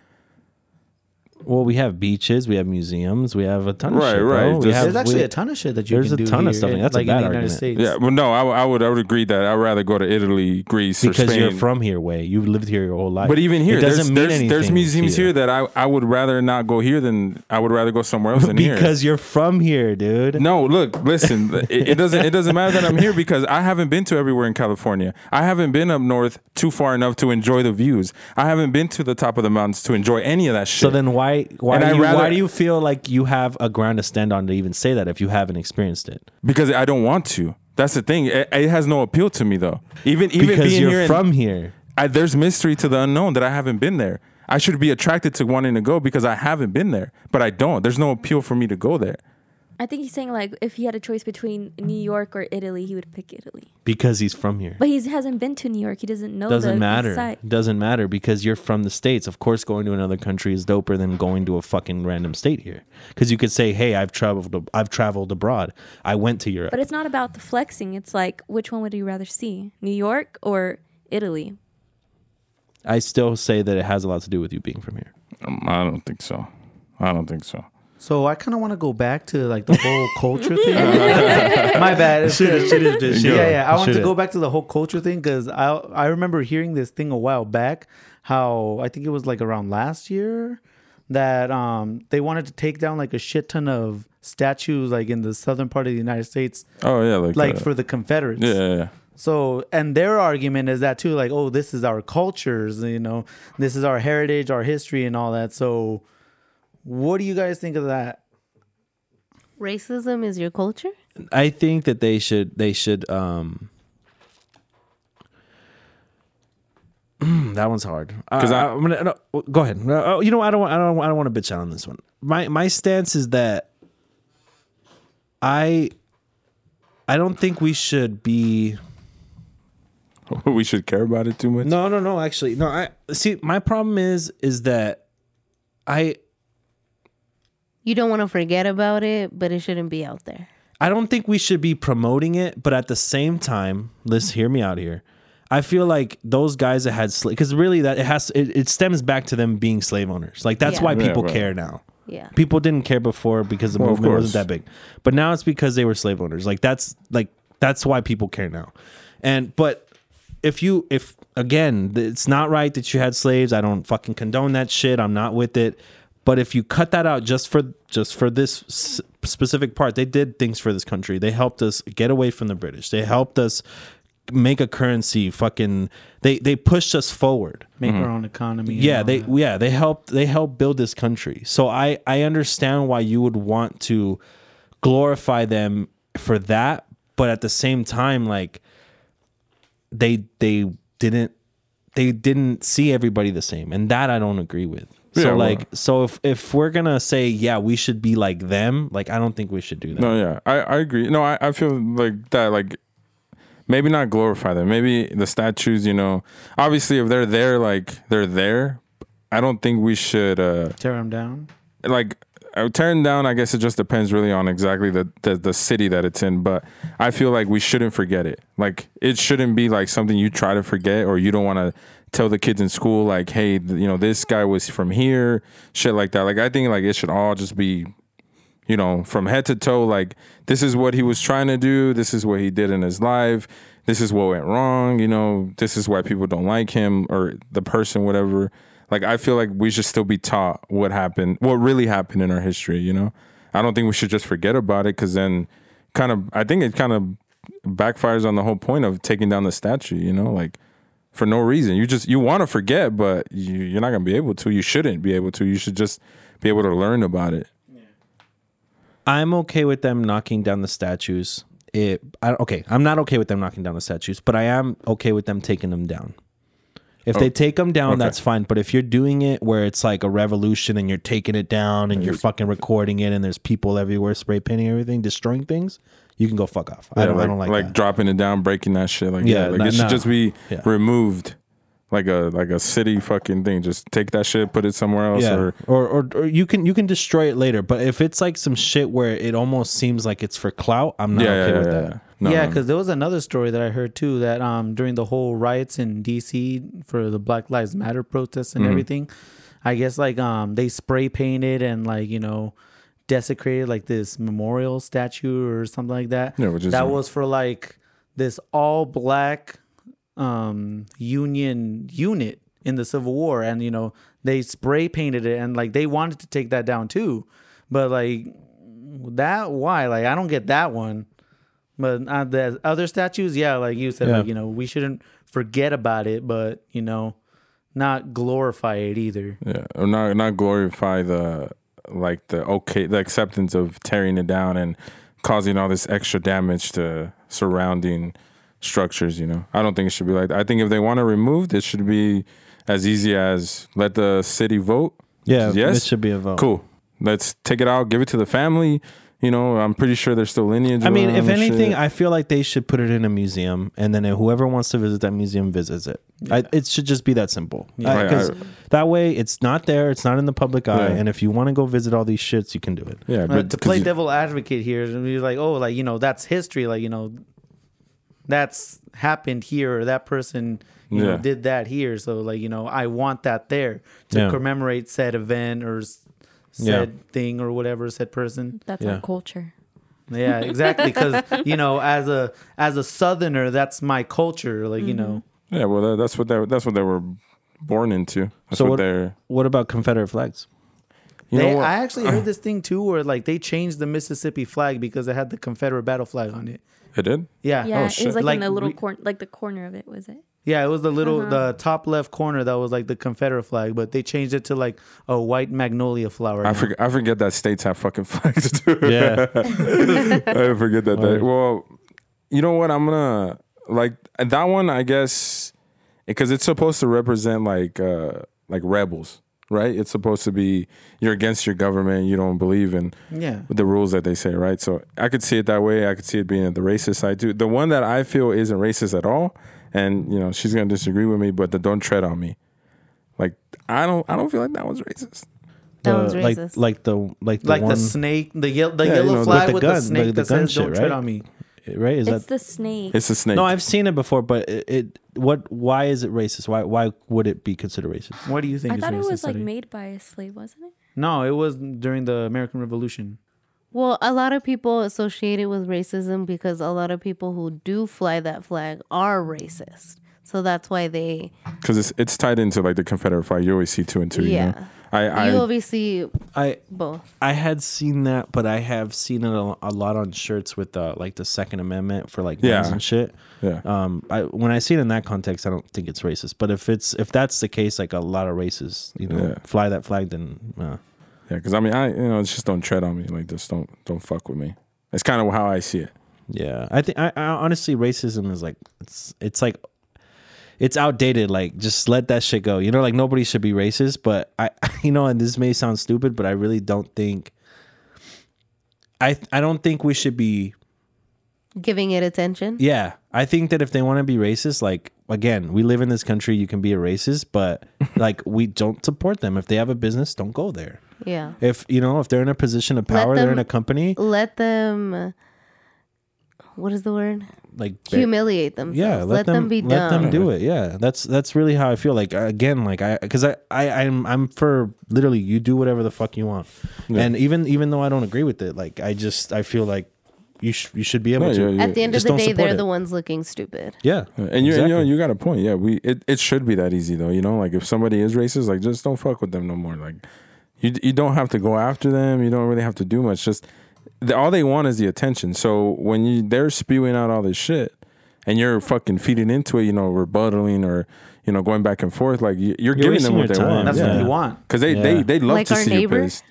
[SPEAKER 3] well, we have beaches, we have museums, we have a ton of
[SPEAKER 2] Right,
[SPEAKER 3] shit.
[SPEAKER 2] right,
[SPEAKER 3] Bro. We
[SPEAKER 2] just-
[SPEAKER 3] have,
[SPEAKER 6] There's actually
[SPEAKER 3] we-
[SPEAKER 6] a ton of shit that you
[SPEAKER 3] there's
[SPEAKER 6] can
[SPEAKER 3] a
[SPEAKER 6] do
[SPEAKER 3] ton of
[SPEAKER 6] here,
[SPEAKER 3] stuff, and that's a
[SPEAKER 6] like in
[SPEAKER 3] bad
[SPEAKER 6] the United
[SPEAKER 3] argument.
[SPEAKER 6] States.
[SPEAKER 2] yeah, well, no, I, I would I would agree that I'd rather go to Italy, Greece, or
[SPEAKER 3] because
[SPEAKER 2] Spain
[SPEAKER 3] you're from here, way you've lived here your whole life.
[SPEAKER 2] But even here,
[SPEAKER 3] it
[SPEAKER 2] there's,
[SPEAKER 3] doesn't mean
[SPEAKER 2] there's,
[SPEAKER 3] anything.
[SPEAKER 2] there's museums here. that I, I would rather not go here than I would rather go somewhere else than here.
[SPEAKER 3] because you're from here, dude.
[SPEAKER 2] no, look, listen, *laughs* it, it doesn't it doesn't matter that I'm here because I haven't been to everywhere in California. I haven't been up north too far enough to enjoy the views. I haven't been to the top of the mountains to enjoy any of that shit.
[SPEAKER 3] So then, why why
[SPEAKER 2] And I
[SPEAKER 3] do, you,
[SPEAKER 2] rather-
[SPEAKER 3] why do you feel like you have a ground to stand on to even say that if you haven't experienced it?
[SPEAKER 2] because I don't want to. That's the thing. It, it has no appeal to me though. Even even
[SPEAKER 3] Because
[SPEAKER 2] being
[SPEAKER 3] you're
[SPEAKER 2] here in-
[SPEAKER 3] from here.
[SPEAKER 2] I, there's mystery to the unknown that I haven't been there. I should be attracted to wanting to go because I haven't been there, but I don't. There's no appeal for me to go there.
[SPEAKER 5] I think he's saying like if he had a choice between New York or Italy, he would pick Italy.
[SPEAKER 3] because he's from here.
[SPEAKER 5] But he hasn't been to New York. He doesn't know.
[SPEAKER 3] Doesn't
[SPEAKER 5] the
[SPEAKER 3] matter.
[SPEAKER 5] Site.
[SPEAKER 3] Doesn't matter because you're from the states. Of course, going to another country is doper than going to a fucking random state here. Because you could say, "Hey, I've traveled. I've traveled abroad. I went to Europe."
[SPEAKER 5] But it's not about the flexing. It's like which one would you rather see, New York or Italy?
[SPEAKER 3] I still say that it has a lot to do with you being from here.
[SPEAKER 2] Um, I don't think so. I don't think so.
[SPEAKER 6] So I kind of want to go back to like the
[SPEAKER 3] *laughs*
[SPEAKER 6] whole culture thing. My bad. yeah, yeah. I want to
[SPEAKER 3] Should've.
[SPEAKER 6] go back to the whole culture thing because I I remember hearing this thing a while back. How I think it was like around last year that um they wanted to take down like a shit ton of statues like in the southern part of the United States,
[SPEAKER 2] Oh yeah, like
[SPEAKER 6] like
[SPEAKER 2] uh,
[SPEAKER 6] for the Confederates.
[SPEAKER 2] yeah, yeah, yeah.
[SPEAKER 6] So, and their argument is that too, like, oh, this is our cultures, you know, this is our heritage, our history, and all that. So, what do you guys think of that?
[SPEAKER 4] Racism is your culture?
[SPEAKER 3] I think that they should. They should. Um, *clears throat* that one's hard.
[SPEAKER 2] 'Cause
[SPEAKER 3] Because
[SPEAKER 2] I-
[SPEAKER 3] I, am gonna no, go ahead. No, oh, you know, what? I don't. want- I don't. I don't want to bitch out on this one. My my stance is that I I don't think we should be.
[SPEAKER 2] *laughs* we should care about it too much.
[SPEAKER 3] No, no, no. Actually, no. I see. My problem is is that I
[SPEAKER 4] You don't want to forget about it, but it shouldn't be out there.
[SPEAKER 3] I don't think we should be promoting it, but at the same time, let's hear me out here. I feel like those guys that had slave, because really that it has it, it
[SPEAKER 5] *laughs*
[SPEAKER 3] stems back to them being slave owners. Like that's
[SPEAKER 4] Yeah.
[SPEAKER 3] why
[SPEAKER 2] Yeah,
[SPEAKER 3] people
[SPEAKER 2] right.
[SPEAKER 3] care now.
[SPEAKER 4] Yeah.
[SPEAKER 3] People didn't care before because the
[SPEAKER 2] Well, of
[SPEAKER 3] movement wasn't
[SPEAKER 2] course.
[SPEAKER 3] that big, but now it's because they were slave owners. Like that's like that's why people care now. And but if you if again, th- it's not right that you had slaves. I don't fucking condone that shit. I'm not with it. But if you cut that out just for just for this s- specific part, they did things for this country. They helped us get away from the British. They helped us make a currency. Fucking they they pushed us forward
[SPEAKER 6] Make
[SPEAKER 2] Mm-hmm.
[SPEAKER 6] our own economy. and um,
[SPEAKER 3] yeah
[SPEAKER 6] all
[SPEAKER 3] they
[SPEAKER 6] that.
[SPEAKER 3] yeah they helped they helped build this country so i i understand why you would want to glorify them for that but at the same time like they they didn't they didn't see everybody the same and that i don't agree with
[SPEAKER 2] Yeah,
[SPEAKER 3] so
[SPEAKER 2] well-
[SPEAKER 3] like so if if we're gonna say yeah we should be like them like i don't think we should do that
[SPEAKER 2] No, yeah, I, I agree. No, I, I feel like that, like maybe not glorify them. Maybe the statues, you know, obviously if they're there, like they're there. I don't think we should, uh
[SPEAKER 6] tear them down.
[SPEAKER 2] like, uh, tearing down, I guess it just depends really on exactly the, the the city that it's in. But I feel like we shouldn't forget it. Like it shouldn't be like something you try to forget or you don't want to tell the kids in school like, hey, th- you know, this guy was from here, shit like that. Like I think like it should all just be, you know, from head to toe. Like this is what he was trying to do. This is what he did in his life. This is what went wrong. You know, this is why people don't like him or the person, whatever like I feel like we should still be taught what happened, what really happened in our history. You know, I don't think we should just forget about it because then, kind of, I think it kind of backfires on the whole point of taking down the statue. You know, like for no reason. You just you want to forget, but you, you're not gonna be able to. You shouldn't be able to. You should just be able to learn about it.
[SPEAKER 3] I'm okay with them knocking down the statues. It, I, okay, I'm not okay with them knocking down the statues, but I am okay with them taking them down. If they take them down,
[SPEAKER 2] Oh, okay.
[SPEAKER 3] that's fine. But if you're doing it where it's like a revolution and you're taking it down and you're fucking recording it and there's people everywhere spray painting everything, destroying things, you can go fuck off. I don't,
[SPEAKER 2] like,
[SPEAKER 3] I don't like,
[SPEAKER 2] like
[SPEAKER 3] that.
[SPEAKER 2] dropping it down, breaking that shit. Like
[SPEAKER 3] Yeah,
[SPEAKER 2] yeah, like
[SPEAKER 3] nah,
[SPEAKER 2] it should
[SPEAKER 3] nah.
[SPEAKER 2] just be
[SPEAKER 3] Yeah.
[SPEAKER 2] removed. Like a like a city fucking thing. Just take that shit, put it somewhere else,
[SPEAKER 3] yeah.
[SPEAKER 2] or
[SPEAKER 3] or, or or you can you can destroy it later. But if it's like some shit where it almost seems like it's for clout, I'm not
[SPEAKER 2] yeah,
[SPEAKER 3] okay
[SPEAKER 2] yeah,
[SPEAKER 3] with
[SPEAKER 2] yeah,
[SPEAKER 3] that.
[SPEAKER 2] yeah. No,
[SPEAKER 6] yeah,
[SPEAKER 2] no, no.
[SPEAKER 6] because there was another story that I heard too that um during the whole riots in DC for the Black Lives Matter protests
[SPEAKER 2] Mm-hmm.
[SPEAKER 6] and everything, I guess like um they spray painted and like you know desecrated like this memorial statue or something like that.
[SPEAKER 2] Yeah, which is
[SPEAKER 6] that
[SPEAKER 2] a-
[SPEAKER 6] was for like this all black um union unit in the Civil War, and you know they spray painted it and like they wanted to take that down too, but like that why like I don't get that one. But uh, the other statues, yeah, like you said,
[SPEAKER 3] Yeah.
[SPEAKER 6] like you know, we shouldn't forget about it, but you know, not glorify it either.
[SPEAKER 2] Yeah, or not not glorify the like the okay the acceptance of tearing it down and causing all this extra damage to surrounding structures. You know, I don't think it should be like. That. I think if they want to remove, it should be as easy as let the city vote.
[SPEAKER 3] Yeah,
[SPEAKER 2] Yes?
[SPEAKER 3] it should be a vote.
[SPEAKER 2] Cool, let's take it out, give it to the family. You know, I'm pretty sure there's still lineage.
[SPEAKER 3] I mean,
[SPEAKER 2] around
[SPEAKER 3] if
[SPEAKER 2] and
[SPEAKER 3] anything,
[SPEAKER 2] shit.
[SPEAKER 3] I feel like they should put it in a museum, and then whoever wants to visit that museum visits it. I, it should just be that simple.
[SPEAKER 2] Right,
[SPEAKER 3] Because
[SPEAKER 2] I-
[SPEAKER 3] that way, it's not there, it's not in the public eye,
[SPEAKER 2] Yeah.
[SPEAKER 3] and if you want to go visit all these shits, you can do it.
[SPEAKER 2] yeah,
[SPEAKER 6] Uh,
[SPEAKER 2] but
[SPEAKER 6] to play
[SPEAKER 2] you-
[SPEAKER 6] devil advocate here, and be like, oh, like you know, that's history. Like you know, that's happened here, or that person you know
[SPEAKER 2] Yeah.
[SPEAKER 6] did that here. So like you know, I want that there to
[SPEAKER 3] Yeah.
[SPEAKER 6] commemorate said event or s-
[SPEAKER 3] Yeah.
[SPEAKER 6] said thing or whatever said person.
[SPEAKER 5] That's
[SPEAKER 3] Yeah.
[SPEAKER 5] our culture.
[SPEAKER 6] Yeah, exactly. Because *laughs* you know, as a as a Southerner, that's my culture. Like you know.
[SPEAKER 2] yeah, well, that, that's what they, that's what they were born into. That's
[SPEAKER 3] So
[SPEAKER 2] what,
[SPEAKER 3] what-
[SPEAKER 2] they're.
[SPEAKER 3] What about Confederate flags?
[SPEAKER 2] You
[SPEAKER 6] they,
[SPEAKER 2] know what?
[SPEAKER 6] I actually heard this thing too, where like they changed the Mississippi flag because it had the Confederate battle flag on it.
[SPEAKER 2] it did.
[SPEAKER 6] Yeah,
[SPEAKER 3] Oh,
[SPEAKER 5] Yeah, it
[SPEAKER 2] shit.
[SPEAKER 5] was like,
[SPEAKER 6] Like,
[SPEAKER 5] in the little
[SPEAKER 6] we-
[SPEAKER 5] corner, like the corner of it, was it?
[SPEAKER 6] yeah, it was the little the top left corner that was like the Confederate flag, but they changed it to like a white magnolia flower.
[SPEAKER 2] I
[SPEAKER 6] now.
[SPEAKER 2] forget. I forget that states have fucking *laughs* flags too.
[SPEAKER 3] Yeah.
[SPEAKER 2] *laughs* I forget that. that well, you know what? I'm gonna like that one. I guess because it's supposed to represent like uh like rebels, right? It's supposed to be you're against your government. You don't believe in
[SPEAKER 6] Yeah,
[SPEAKER 2] the rules that they say, right? So I could see it that way. I could see it being the racist side too. The one that I feel isn't racist at all, and you know she's gonna disagree with me, but the don't tread on me. Like I don't, I don't feel like that one's racist.
[SPEAKER 4] That
[SPEAKER 3] The-
[SPEAKER 4] one's
[SPEAKER 3] uh, like,
[SPEAKER 4] racist.
[SPEAKER 3] like the like the
[SPEAKER 6] like
[SPEAKER 3] one
[SPEAKER 6] the snake, the yellow, the
[SPEAKER 2] Yeah, you
[SPEAKER 6] yellow
[SPEAKER 2] know, with
[SPEAKER 6] flag
[SPEAKER 3] the
[SPEAKER 6] with
[SPEAKER 3] gun,
[SPEAKER 6] the snake
[SPEAKER 3] like the
[SPEAKER 6] that
[SPEAKER 3] gun
[SPEAKER 6] says
[SPEAKER 3] shit,
[SPEAKER 6] "Don't tread
[SPEAKER 3] right?
[SPEAKER 6] on me."
[SPEAKER 3] right? Is
[SPEAKER 5] It's
[SPEAKER 3] that
[SPEAKER 5] the snake.
[SPEAKER 2] It's a snake.
[SPEAKER 3] no? I've seen it before, but it, it what? Why is it racist? Why why would it be considered racist?
[SPEAKER 6] What do you think?
[SPEAKER 5] I
[SPEAKER 6] is
[SPEAKER 5] thought it
[SPEAKER 6] racist,
[SPEAKER 5] was like
[SPEAKER 6] Eddie?
[SPEAKER 5] made by a slave, wasn't it?
[SPEAKER 6] No, it was during the American Revolution.
[SPEAKER 4] Well, a lot of people associate it with racism because a lot of people who do fly that flag are racist. So that's why they.
[SPEAKER 2] because it's it's tied into like the Confederate flag. You always see two and two. You
[SPEAKER 4] Yeah.
[SPEAKER 2] know? I I
[SPEAKER 4] you obviously
[SPEAKER 3] I
[SPEAKER 4] both.
[SPEAKER 3] I had seen that, but I have seen it a, a lot on shirts with uh, like the Second Amendment for like guns
[SPEAKER 2] Yeah.
[SPEAKER 3] and shit.
[SPEAKER 2] yeah.
[SPEAKER 3] Um, I when I see it in that context, I don't think it's racist. But if it's if that's the case, like a lot of racists, you know,
[SPEAKER 2] Yeah.
[SPEAKER 3] fly that flag, then uh,
[SPEAKER 2] Yeah, because I mean, I you know, it's just don't tread on me. Like, just don't don't fuck with me. It's kind of how I see it.
[SPEAKER 3] yeah. I think I, I honestly, racism is like it's it's like it's outdated. Like just let that shit go. You know, like nobody should be racist. But I, *laughs* you know, and this may sound stupid, but I really don't think. I I don't think we should be
[SPEAKER 4] Giving it attention.
[SPEAKER 3] Yeah, I think that if they want to be racist, like again, we live in this country, you can be a racist, but like we don't support them. If they have a business, don't go there.
[SPEAKER 4] Yeah.
[SPEAKER 3] If you know, if they're in a position of
[SPEAKER 4] Let
[SPEAKER 3] power, they're in a
[SPEAKER 4] them-
[SPEAKER 3] company
[SPEAKER 4] Let them. uh, What is the word?
[SPEAKER 3] like
[SPEAKER 4] Humiliate themselves.
[SPEAKER 3] yeah
[SPEAKER 4] let, them, be
[SPEAKER 3] let
[SPEAKER 4] dumb.
[SPEAKER 3] them do it yeah that's that's really how i feel like uh, again like i because I, I i'm i'm for literally you do whatever the fuck you want and even even though i don't agree with it like i just i feel like you, sh- you should be able
[SPEAKER 2] No,
[SPEAKER 3] to
[SPEAKER 2] yeah, yeah.
[SPEAKER 4] At the end of
[SPEAKER 3] Just
[SPEAKER 4] the
[SPEAKER 3] don't
[SPEAKER 4] day,
[SPEAKER 3] support
[SPEAKER 4] they're
[SPEAKER 3] it.
[SPEAKER 4] the ones looking stupid.
[SPEAKER 3] yeah
[SPEAKER 2] And you, and you, know, you got a point. Yeah, we it, it should be that easy though. You know, like if somebody is racist, like just don't fuck with them no more. Like you you don't have to go after them. You don't really have to do much. Just the, all they want is the attention. So when you they're spewing out all this shit, and you're fucking feeding into it, you know, rebuttaling or you know going back and forth. Like you, you're, giving
[SPEAKER 3] wasting
[SPEAKER 2] them what
[SPEAKER 3] your
[SPEAKER 2] they
[SPEAKER 3] time.
[SPEAKER 2] want.
[SPEAKER 6] That's
[SPEAKER 2] Oh, yeah.
[SPEAKER 6] what they want.
[SPEAKER 2] Because they,
[SPEAKER 3] Yeah.
[SPEAKER 2] they they love
[SPEAKER 4] Like
[SPEAKER 2] to
[SPEAKER 4] our
[SPEAKER 2] see
[SPEAKER 4] neighbor?
[SPEAKER 2] you
[SPEAKER 4] *laughs*
[SPEAKER 2] pissed.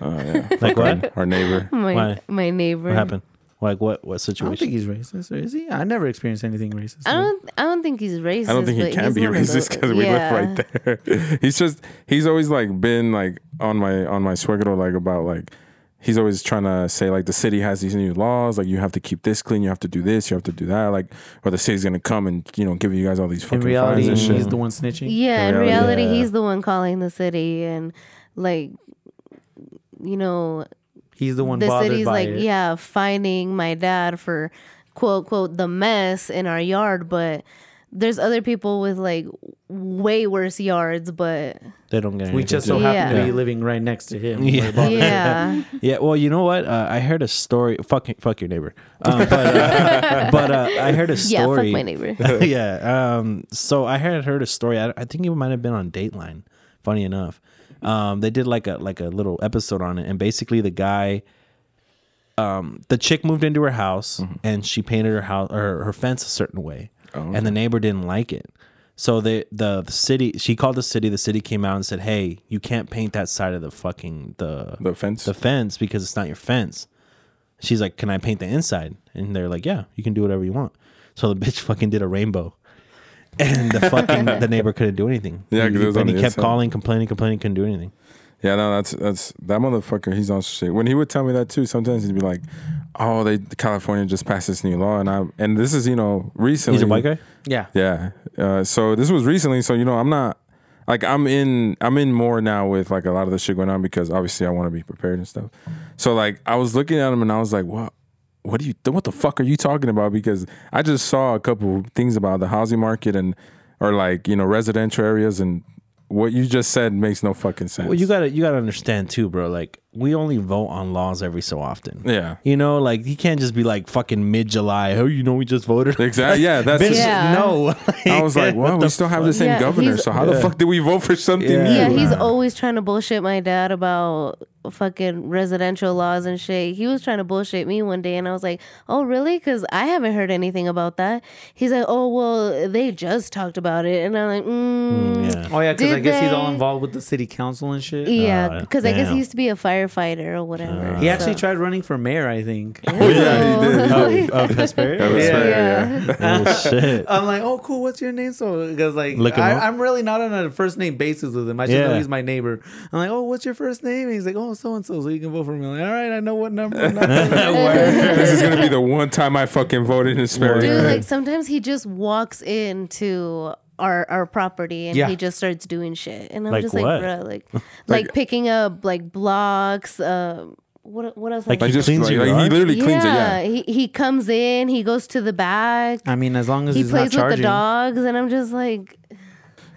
[SPEAKER 2] Oh yeah,
[SPEAKER 3] like what
[SPEAKER 2] our neighbor.
[SPEAKER 4] My
[SPEAKER 3] Why?
[SPEAKER 4] my neighbor.
[SPEAKER 3] what happened like what what
[SPEAKER 6] I don't think
[SPEAKER 3] situation
[SPEAKER 6] he's racist, or is he? I never experienced anything racist.
[SPEAKER 4] I don't. I don't think he's racist.
[SPEAKER 2] I don't think he
[SPEAKER 4] but
[SPEAKER 2] can
[SPEAKER 4] he's
[SPEAKER 2] be
[SPEAKER 4] one of
[SPEAKER 2] racist
[SPEAKER 4] those-
[SPEAKER 2] because we
[SPEAKER 4] yeah.
[SPEAKER 2] live right there. *laughs* he's just he's always like been like on my on my swiggle like about like he's always trying to say like the city has these new laws like you have to keep this clean you have to do this you have to do that like or the city's gonna come and you know give you guys all these
[SPEAKER 6] In
[SPEAKER 2] fucking
[SPEAKER 6] reality,
[SPEAKER 2] fines and
[SPEAKER 6] he's
[SPEAKER 2] shit.
[SPEAKER 6] the one snitching.
[SPEAKER 4] Yeah, in
[SPEAKER 2] reality.
[SPEAKER 4] reality,
[SPEAKER 3] Yeah.
[SPEAKER 4] he's the one calling the city, and like, you know,
[SPEAKER 6] He's the one
[SPEAKER 4] the
[SPEAKER 6] bothered
[SPEAKER 4] city's
[SPEAKER 6] by
[SPEAKER 4] like,
[SPEAKER 6] it.
[SPEAKER 4] yeah, fining my dad for quote quote the mess in our yard, but there's other people with like way worse yards,
[SPEAKER 6] *laughs*
[SPEAKER 4] but
[SPEAKER 3] they don't get
[SPEAKER 6] We
[SPEAKER 3] anything
[SPEAKER 6] just
[SPEAKER 3] to
[SPEAKER 6] so
[SPEAKER 3] do.
[SPEAKER 6] happen to
[SPEAKER 4] Yeah.
[SPEAKER 6] be living right next to him.
[SPEAKER 3] Yeah.
[SPEAKER 4] yeah,
[SPEAKER 3] Yeah, well, you know what? Uh, I heard a story. Fuck, fuck your neighbor. Um, but uh, but uh, I heard a
[SPEAKER 4] yeah, fuck
[SPEAKER 3] story.
[SPEAKER 4] my neighbor.
[SPEAKER 3] *laughs* yeah. Um, so I had heard a story. I, I think it might have been on Dateline. Funny enough, um, they did like a like a little episode on it, and basically the guy, um, the chick moved into her house, and she painted her house or her fence a certain way, and the neighbor didn't like it. So the, the the city she called the city. The city came out and said, "Hey, you can't paint that side of the fucking the
[SPEAKER 2] the fence.
[SPEAKER 3] the fence because it's not your fence. She's like, Can I paint the inside? And they're like, Yeah, you can do whatever you want. So the *laughs* bitch fucking did a rainbow. And the
[SPEAKER 2] *laughs*
[SPEAKER 3] fucking the neighbor couldn't do anything.
[SPEAKER 2] Yeah, 'cause it was on
[SPEAKER 3] and he
[SPEAKER 2] the
[SPEAKER 3] kept
[SPEAKER 2] inside.
[SPEAKER 3] calling, complaining, complaining, couldn't do anything.
[SPEAKER 2] yeah, no, that's that's that motherfucker. He's on shit. When he would tell me that too, sometimes he'd be like, "Oh, they California just passed this new law," and I and this is you know recently.
[SPEAKER 3] He's a white guy.
[SPEAKER 6] Yeah.
[SPEAKER 2] Yeah. Uh, so this was recently. So you know, I'm not like I'm in I'm in more now with like a lot of the shit going on because obviously I want to be prepared and stuff. So like I was looking at him and I was like, what? What do you? What the fuck are you talking about? Because I just saw a couple things about the housing market and or like you know residential areas and what you just said makes no fucking sense.
[SPEAKER 3] Well, you gotta you gotta understand too, bro. Like we only vote on laws every so often.
[SPEAKER 2] yeah.
[SPEAKER 3] You know, like you can't just be like fucking mid July. Oh, you know we just voted.
[SPEAKER 2] Exactly. Yeah, that's.
[SPEAKER 3] Bitch,
[SPEAKER 4] Yeah.
[SPEAKER 3] no.
[SPEAKER 2] *laughs*
[SPEAKER 3] *laughs*
[SPEAKER 2] I was like, "Wow,
[SPEAKER 3] the
[SPEAKER 2] we still have the same
[SPEAKER 4] Yeah,
[SPEAKER 2] governor.
[SPEAKER 4] he's-
[SPEAKER 2] So how the fuck did we vote for something
[SPEAKER 3] Yeah.
[SPEAKER 2] new?"
[SPEAKER 4] Yeah, he's
[SPEAKER 2] Nah.
[SPEAKER 4] always trying to bullshit my dad about fucking residential laws and shit. He was trying to bullshit me one day, and I was like, "Oh, really?" Because I haven't heard anything about that. He's like, "Oh, well, they just talked about it," and I'm like, "Mm."
[SPEAKER 3] yeah.
[SPEAKER 6] Oh yeah, because I
[SPEAKER 4] Did
[SPEAKER 6] guess he's all
[SPEAKER 4] they-
[SPEAKER 6] involved with the city council and shit.
[SPEAKER 4] Yeah,
[SPEAKER 3] Uh,
[SPEAKER 4] because I guess
[SPEAKER 3] damn. Uh,
[SPEAKER 4] he used to be a firefighter or whatever.
[SPEAKER 6] He actually
[SPEAKER 4] so-
[SPEAKER 6] tried running for mayor, I think.
[SPEAKER 2] Oh, *laughs* yeah, he did.
[SPEAKER 3] Oh, oh, Hesperia?
[SPEAKER 5] *laughs*
[SPEAKER 2] That was
[SPEAKER 6] Yeah.
[SPEAKER 2] fair,
[SPEAKER 3] Oh, shit.
[SPEAKER 6] I'm like, oh, cool. What's your name? So, because like,
[SPEAKER 3] Look him up.
[SPEAKER 6] I, I'm really not on a first name basis with him. I just know
[SPEAKER 3] Yeah.
[SPEAKER 6] he's my neighbor. I'm like, oh, what's your first name? And he's like, oh, so and so. So you can vote for me. I'm like, all right, I know
[SPEAKER 4] *laughs*
[SPEAKER 6] what number. what number.
[SPEAKER 2] this is gonna be the one time I fucking voted in Sperry.
[SPEAKER 4] Dude, like sometimes he just walks into our our property and
[SPEAKER 6] Yeah.
[SPEAKER 4] he just starts doing shit, and I'm
[SPEAKER 3] *laughs* Like
[SPEAKER 4] just
[SPEAKER 3] what?
[SPEAKER 4] like, bro, like, like, picking up like blocks. Um, what what else?
[SPEAKER 3] Like
[SPEAKER 2] Like,
[SPEAKER 3] he
[SPEAKER 2] just
[SPEAKER 3] cleans
[SPEAKER 2] like,
[SPEAKER 3] your
[SPEAKER 2] like, he
[SPEAKER 3] yard?
[SPEAKER 2] literally cleans it. Yeah.
[SPEAKER 4] he he comes in, he goes to the back,
[SPEAKER 6] I mean, as long as
[SPEAKER 4] he
[SPEAKER 6] he's not
[SPEAKER 4] plays with the
[SPEAKER 6] charging.
[SPEAKER 4] dogs, and I'm just like,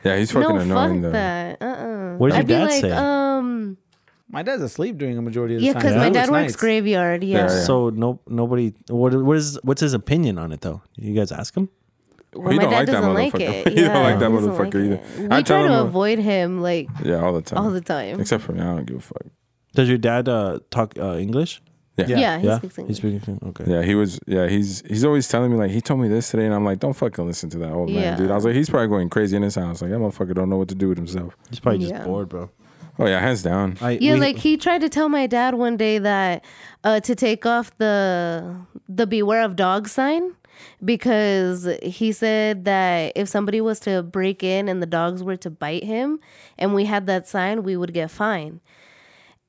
[SPEAKER 2] Yeah, he's fucking
[SPEAKER 4] no,
[SPEAKER 2] annoying
[SPEAKER 4] fuck
[SPEAKER 2] though.
[SPEAKER 4] that. Uh-uh.
[SPEAKER 3] What did your
[SPEAKER 4] I'd be
[SPEAKER 3] dad
[SPEAKER 4] like,
[SPEAKER 3] say?
[SPEAKER 4] um,
[SPEAKER 6] My dad's asleep during a majority of the
[SPEAKER 4] yeah,
[SPEAKER 6] time.
[SPEAKER 4] because
[SPEAKER 6] He
[SPEAKER 4] my
[SPEAKER 6] works
[SPEAKER 4] dad works
[SPEAKER 6] nights.
[SPEAKER 4] graveyard. Yeah,
[SPEAKER 2] Yeah, yeah.
[SPEAKER 3] So no, nobody. What what is what's his opinion on it though? You guys ask him.
[SPEAKER 4] Well,
[SPEAKER 2] He
[SPEAKER 4] my
[SPEAKER 2] don't
[SPEAKER 4] dad
[SPEAKER 2] like that
[SPEAKER 4] doesn't like
[SPEAKER 2] motherfucker. *laughs*
[SPEAKER 4] it.
[SPEAKER 2] He don't like that
[SPEAKER 4] he doesn't
[SPEAKER 2] motherfucker
[SPEAKER 4] it.
[SPEAKER 2] either.
[SPEAKER 4] We
[SPEAKER 2] I tell
[SPEAKER 4] try
[SPEAKER 2] him,
[SPEAKER 4] to
[SPEAKER 2] uh,
[SPEAKER 4] avoid him like
[SPEAKER 2] Yeah, all the time.
[SPEAKER 4] all the time.
[SPEAKER 2] Except for me, I don't give a fuck.
[SPEAKER 3] Does your dad uh, talk uh, English?
[SPEAKER 4] yeah, he
[SPEAKER 3] yeah,
[SPEAKER 4] speaks
[SPEAKER 3] He
[SPEAKER 4] English.
[SPEAKER 3] speaks English. Okay.
[SPEAKER 2] Yeah, he was. Yeah, he's he's always telling me like he told me this today, and I'm like, don't fucking listen to that old man,
[SPEAKER 4] Yeah.
[SPEAKER 2] dude. I was like, he's probably going crazy in his house. Like that motherfucker don't know what to do with himself.
[SPEAKER 3] He's probably just
[SPEAKER 4] Yeah.
[SPEAKER 3] bored, bro.
[SPEAKER 2] Oh yeah, hands down.
[SPEAKER 3] I,
[SPEAKER 4] Yeah,
[SPEAKER 3] we-
[SPEAKER 4] like he tried to tell my dad one day that uh, to take off the the beware of dog sign because he said that if somebody was to break in and the dogs were to bite him and we had that sign, we would get fined.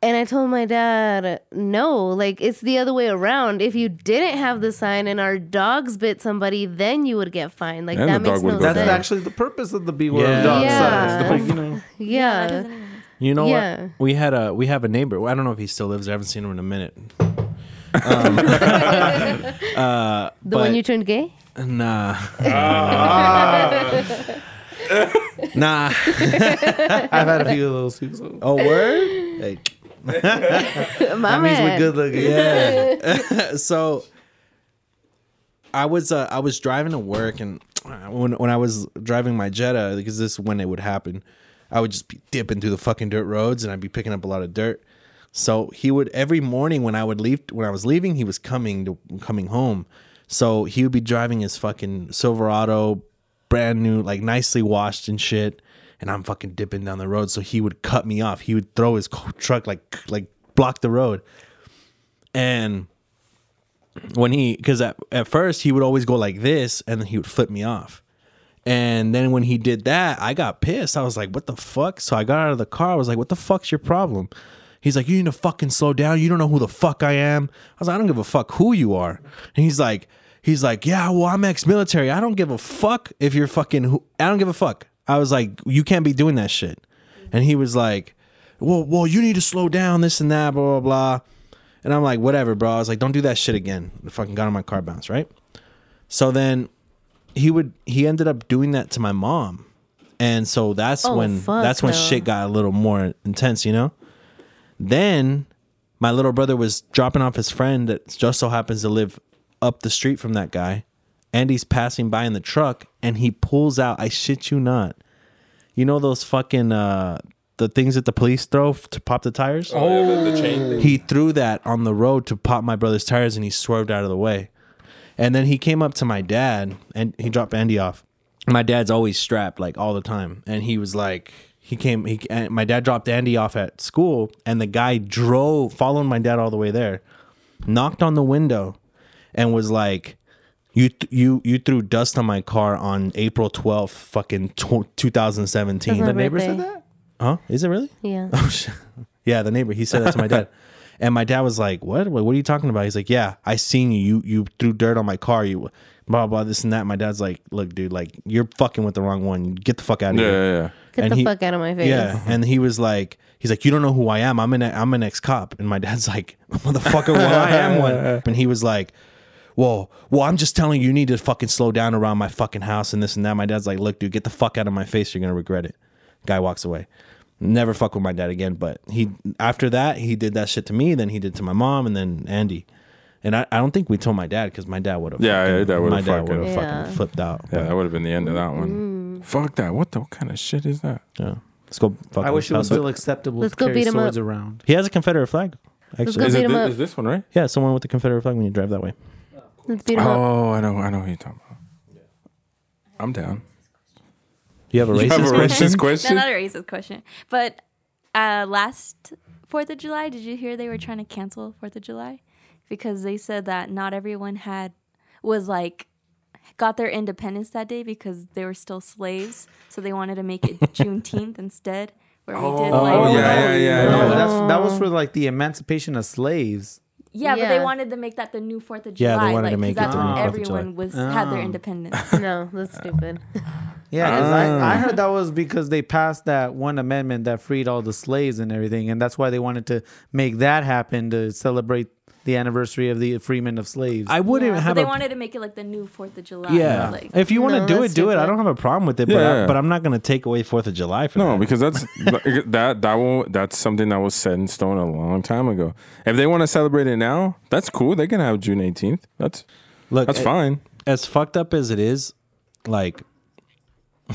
[SPEAKER 4] And I told my dad, no, like it's the other way around. If you didn't have the sign and our dogs bit somebody, then you would get fined. Like
[SPEAKER 2] And
[SPEAKER 4] that
[SPEAKER 2] the dog
[SPEAKER 4] makes
[SPEAKER 2] would
[SPEAKER 4] no
[SPEAKER 2] go
[SPEAKER 6] That's
[SPEAKER 2] down.
[SPEAKER 4] sense.
[SPEAKER 6] actually the purpose of the beware
[SPEAKER 3] Yeah.
[SPEAKER 6] of dogs.
[SPEAKER 4] Yeah.
[SPEAKER 6] signs. Like, you know,
[SPEAKER 4] yeah.
[SPEAKER 5] doesn't
[SPEAKER 3] You know
[SPEAKER 4] Yeah.
[SPEAKER 3] what? We had a we have a neighbor. I don't know if he still lives. there. I haven't seen him in a minute. *laughs*
[SPEAKER 4] The
[SPEAKER 3] But-
[SPEAKER 4] one you turned gay?
[SPEAKER 3] Nah. *laughs* nah.
[SPEAKER 4] *laughs*
[SPEAKER 6] I've had a few of those too. So.
[SPEAKER 3] Oh, word.
[SPEAKER 4] My
[SPEAKER 6] That means we're
[SPEAKER 4] man.
[SPEAKER 6] good looking.
[SPEAKER 3] Yeah. so I was uh, I was driving to work, and when when I was driving my Jetta, because this is when it would happen, I would just be dipping through the fucking dirt roads, and I'd be picking up a lot of dirt. So he would every morning when I would leave when I was leaving, he was coming to coming home. So he would be driving his fucking Silverado, brand new, like nicely washed and shit. And I'm fucking dipping down the road, so he would cut me off. He would throw his truck like like block the road and when he because at, at first he would always go like this and then he would flip me off and then when he did that i got pissed i was like what the fuck so i got out of the car i was like what the fuck's your problem he's like you need to fucking slow down you don't know who the fuck i am i was like i don't give a fuck who you are and he's like he's like yeah well i'm ex-military i don't give a fuck if you're fucking who i don't give a fuck i was like you can't be doing that shit and he was like well well you need to slow down this and that blah blah blah and I'm like, whatever, bro. I was like, don't do that shit again. I fucking got on my car bounce, right? So then he would he ended up doing that to my mom. And so that's
[SPEAKER 4] Oh,
[SPEAKER 3] when
[SPEAKER 4] fuck
[SPEAKER 3] that's when
[SPEAKER 4] no.
[SPEAKER 3] shit got a little more intense, you know? Then my little brother was dropping off his friend that just so happens to live up the street from that guy. And he's passing by in the truck and he pulls out, I shit you not. You know those fucking uh the things that the police throw f- to pop the tires?
[SPEAKER 2] Oh, the chain thing.
[SPEAKER 3] He threw that on the road to pop my brother's tires and he swerved out of the way. And then he came up to my dad and he dropped Andy off. My dad's always strapped like all the time and he was like he came he and my dad dropped Andy off at school and the guy drove followed my dad all the way there. Knocked on the window and was like you th- you you threw dust on my car on April 12th fucking tw- 2017.
[SPEAKER 4] That's my
[SPEAKER 3] The neighbor
[SPEAKER 4] birthday.
[SPEAKER 3] said that? Huh? Is it really?
[SPEAKER 4] *laughs* Yeah.
[SPEAKER 3] Oh shit. *laughs* Yeah, the neighbor. He said that to my *laughs* dad. And my dad was like, "What? What what are you talking about?" He's like, "Yeah, I seen you. You you threw dirt on my car. You blah blah this and that." My dad's like, "Look, dude, like you're fucking with the wrong one. Get the fuck out of
[SPEAKER 2] Yeah,
[SPEAKER 3] here."
[SPEAKER 2] yeah, yeah.
[SPEAKER 4] Get
[SPEAKER 3] And
[SPEAKER 4] the
[SPEAKER 3] he-
[SPEAKER 4] fuck out of my face.
[SPEAKER 3] Yeah, and he was like, he's like, you don't know who I am. I'm an I'm an ex cop, and my dad's *laughs* like, motherfucker, well I am one. And he was like, well, well, I'm just telling you, you need to fucking slow down around my fucking house and this and that. My dad's like, look, dude, get the fuck out of my face. You're gonna regret it. Guy walks away. Never fuck with my dad again. But he after that he did that shit to me. Then he did to my mom, and then Andy. And I, I don't think we told my dad because my dad would have
[SPEAKER 2] Yeah, yeah, that would've
[SPEAKER 3] my dad
[SPEAKER 2] fucking-
[SPEAKER 3] would have
[SPEAKER 4] Yeah.
[SPEAKER 3] fucking flipped out.
[SPEAKER 2] Yeah, that would have been the end of that one.
[SPEAKER 4] Mm.
[SPEAKER 2] Fuck that. What the what kind of shit is that?
[SPEAKER 3] Yeah. Let's go. Fucking
[SPEAKER 6] I wish it was
[SPEAKER 3] house.
[SPEAKER 6] still acceptable
[SPEAKER 4] Let's
[SPEAKER 6] to
[SPEAKER 4] go
[SPEAKER 6] carry
[SPEAKER 4] beat 'em
[SPEAKER 6] swords
[SPEAKER 4] up.
[SPEAKER 6] around.
[SPEAKER 3] He has a Confederate flag.
[SPEAKER 4] Let's
[SPEAKER 3] Actually,
[SPEAKER 4] go
[SPEAKER 2] Is
[SPEAKER 4] beat
[SPEAKER 2] it
[SPEAKER 4] him
[SPEAKER 2] thi-
[SPEAKER 4] up.
[SPEAKER 2] is this one right?
[SPEAKER 3] Yeah, someone with the Confederate flag when you drive that way.
[SPEAKER 4] Let's beat him up.
[SPEAKER 2] Oh, I know, I know who you're talking about. I'm down.
[SPEAKER 3] You have a racist
[SPEAKER 2] *laughs* You have a
[SPEAKER 3] question?
[SPEAKER 2] racist question?
[SPEAKER 5] No, not a racist question. But uh, last Fourth of July, did you hear they were trying to cancel Fourth of July because they said that not everyone had was like got their independence that day because they were still slaves, so they wanted
[SPEAKER 2] *laughs*
[SPEAKER 5] to make it Juneteenth instead, where we did like
[SPEAKER 2] Oh, yeah, yeah, yeah. yeah.
[SPEAKER 6] No, that's, that was for like the emancipation of slaves.
[SPEAKER 5] Yeah, but they
[SPEAKER 4] Yeah.
[SPEAKER 5] wanted to make that the new Fourth of
[SPEAKER 3] Yeah,
[SPEAKER 5] July.
[SPEAKER 3] they wanted
[SPEAKER 5] like,
[SPEAKER 3] to
[SPEAKER 5] 'cause
[SPEAKER 3] make it
[SPEAKER 5] that's
[SPEAKER 3] the
[SPEAKER 5] when
[SPEAKER 3] new 4th of July.
[SPEAKER 5] everyone was had
[SPEAKER 2] Oh.
[SPEAKER 5] their independence.
[SPEAKER 3] Oh.
[SPEAKER 4] No, that's stupid. *laughs*
[SPEAKER 6] Yeah, 'cause
[SPEAKER 3] Ah.
[SPEAKER 6] I, I heard that was because they passed that one amendment that freed all the slaves and everything, and that's why they wanted to make that happen to celebrate the anniversary of the freemen of slaves.
[SPEAKER 3] I *laughs* wouldn't
[SPEAKER 5] Yeah, but
[SPEAKER 3] have
[SPEAKER 5] they
[SPEAKER 3] a
[SPEAKER 5] wanted to make it like the new Fourth of July.
[SPEAKER 3] yeah.
[SPEAKER 5] like-
[SPEAKER 3] if you want to
[SPEAKER 4] No,
[SPEAKER 3] do
[SPEAKER 4] that's
[SPEAKER 3] it, do it. I
[SPEAKER 4] stupid.
[SPEAKER 3] don't have a problem with it, but
[SPEAKER 2] Yeah.
[SPEAKER 3] I, but I'm not going to take away Fourth of July for
[SPEAKER 2] No,
[SPEAKER 3] that.
[SPEAKER 2] because that's *laughs* that that will that's something that was set in stone a long time ago. If they want to celebrate it now, that's cool. They can have June 18th. That's
[SPEAKER 3] Look,
[SPEAKER 2] that's fine.
[SPEAKER 3] as fucked up as it is, like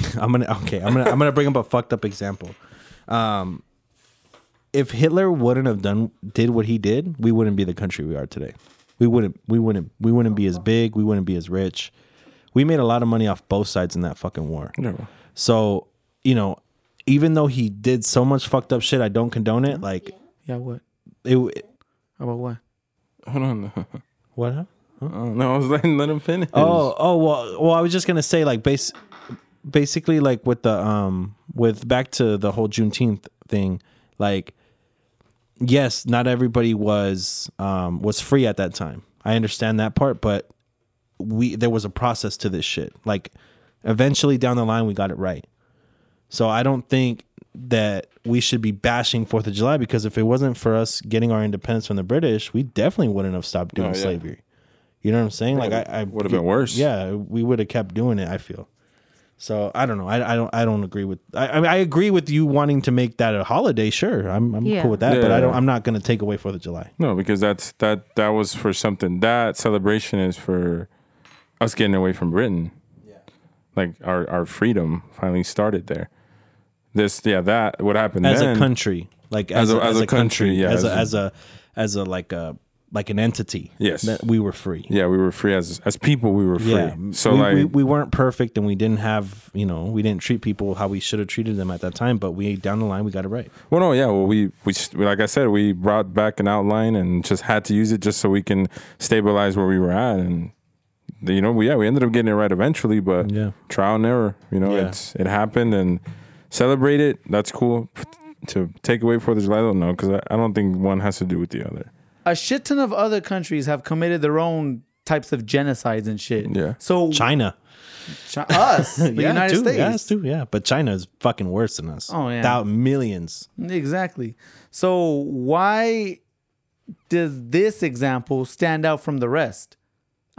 [SPEAKER 3] *laughs* I'm gonna okay, I'm gonna I'm gonna bring up a fucked up example. Um, if Hitler wouldn't have done did what he did, we wouldn't be the country we are today. We wouldn't we wouldn't we wouldn't be as big. We wouldn't be as rich. We made a lot of money off both sides in that fucking war. So you know, even though he did so much fucked up shit, I don't condone it. Like
[SPEAKER 6] yeah, what
[SPEAKER 3] it.
[SPEAKER 6] about what?
[SPEAKER 2] Hold on.
[SPEAKER 3] What? happened?
[SPEAKER 2] Oh, no, *laughs* I was letting let him finish.
[SPEAKER 3] Oh, oh well, well, I was just gonna say like base, basically like with the um with back to the whole Juneteenth thing, like yes, not everybody was um was free at that time. I understand that part, but we there was a process to this shit. Like eventually down the line, we got it right. So I don't think that we should be bashing Fourth of July because if it wasn't for us getting our independence from the British, we definitely wouldn't have stopped doing
[SPEAKER 2] Oh, yeah.
[SPEAKER 3] slavery. You know what I'm saying? Like I, I
[SPEAKER 2] would've been worse.
[SPEAKER 3] Yeah, we would have kept doing it. I feel. So I don't know. I, I don't. I don't agree with. I, I mean, I agree with you wanting to make that a holiday. Sure, I'm. I'm
[SPEAKER 4] Yeah.
[SPEAKER 3] cool with that. But I
[SPEAKER 2] Yeah.
[SPEAKER 3] don't. I'm not going to take away Fourth of July.
[SPEAKER 2] No, because that's that that was for something. That celebration is for us getting away from Britain. Like our our freedom finally started there. This yeah, that what happened
[SPEAKER 3] as
[SPEAKER 2] then,
[SPEAKER 3] a country, like as, a, as, a, country, yeah, as a, as a as a like a like an entity.
[SPEAKER 2] Yes.
[SPEAKER 3] that we were free.
[SPEAKER 2] Yeah, we were free as as people we were free. So
[SPEAKER 3] we,
[SPEAKER 2] like
[SPEAKER 3] we, we weren't perfect, and we didn't have you know we didn't treat people how we should have treated them at that time. But we down the line we got it right.
[SPEAKER 2] Well, no, yeah. Well, we, we s- like I said, we brought back an outline and just had to use it just so we can stabilize where we were at, and you know, we, yeah, we ended up getting it right eventually, but
[SPEAKER 3] Yeah.
[SPEAKER 2] trial and error. You know,
[SPEAKER 3] Yeah.
[SPEAKER 2] it's it happened and celebrate it. That's cool. To take away Fourth of July, I don't know because I, I don't think one has to do with the other.
[SPEAKER 6] a shit ton of other countries have committed their own types of genocides and shit.
[SPEAKER 2] Yeah.
[SPEAKER 6] So
[SPEAKER 3] China,
[SPEAKER 6] Chi-
[SPEAKER 3] *laughs*
[SPEAKER 6] us, the
[SPEAKER 3] yeah,
[SPEAKER 6] United
[SPEAKER 3] too,
[SPEAKER 6] States.
[SPEAKER 3] yeah, it's too, yeah. But China is fucking worse than us.
[SPEAKER 6] Oh, yeah.
[SPEAKER 3] Thou- millions.
[SPEAKER 6] Exactly. So why does this example stand out from the rest?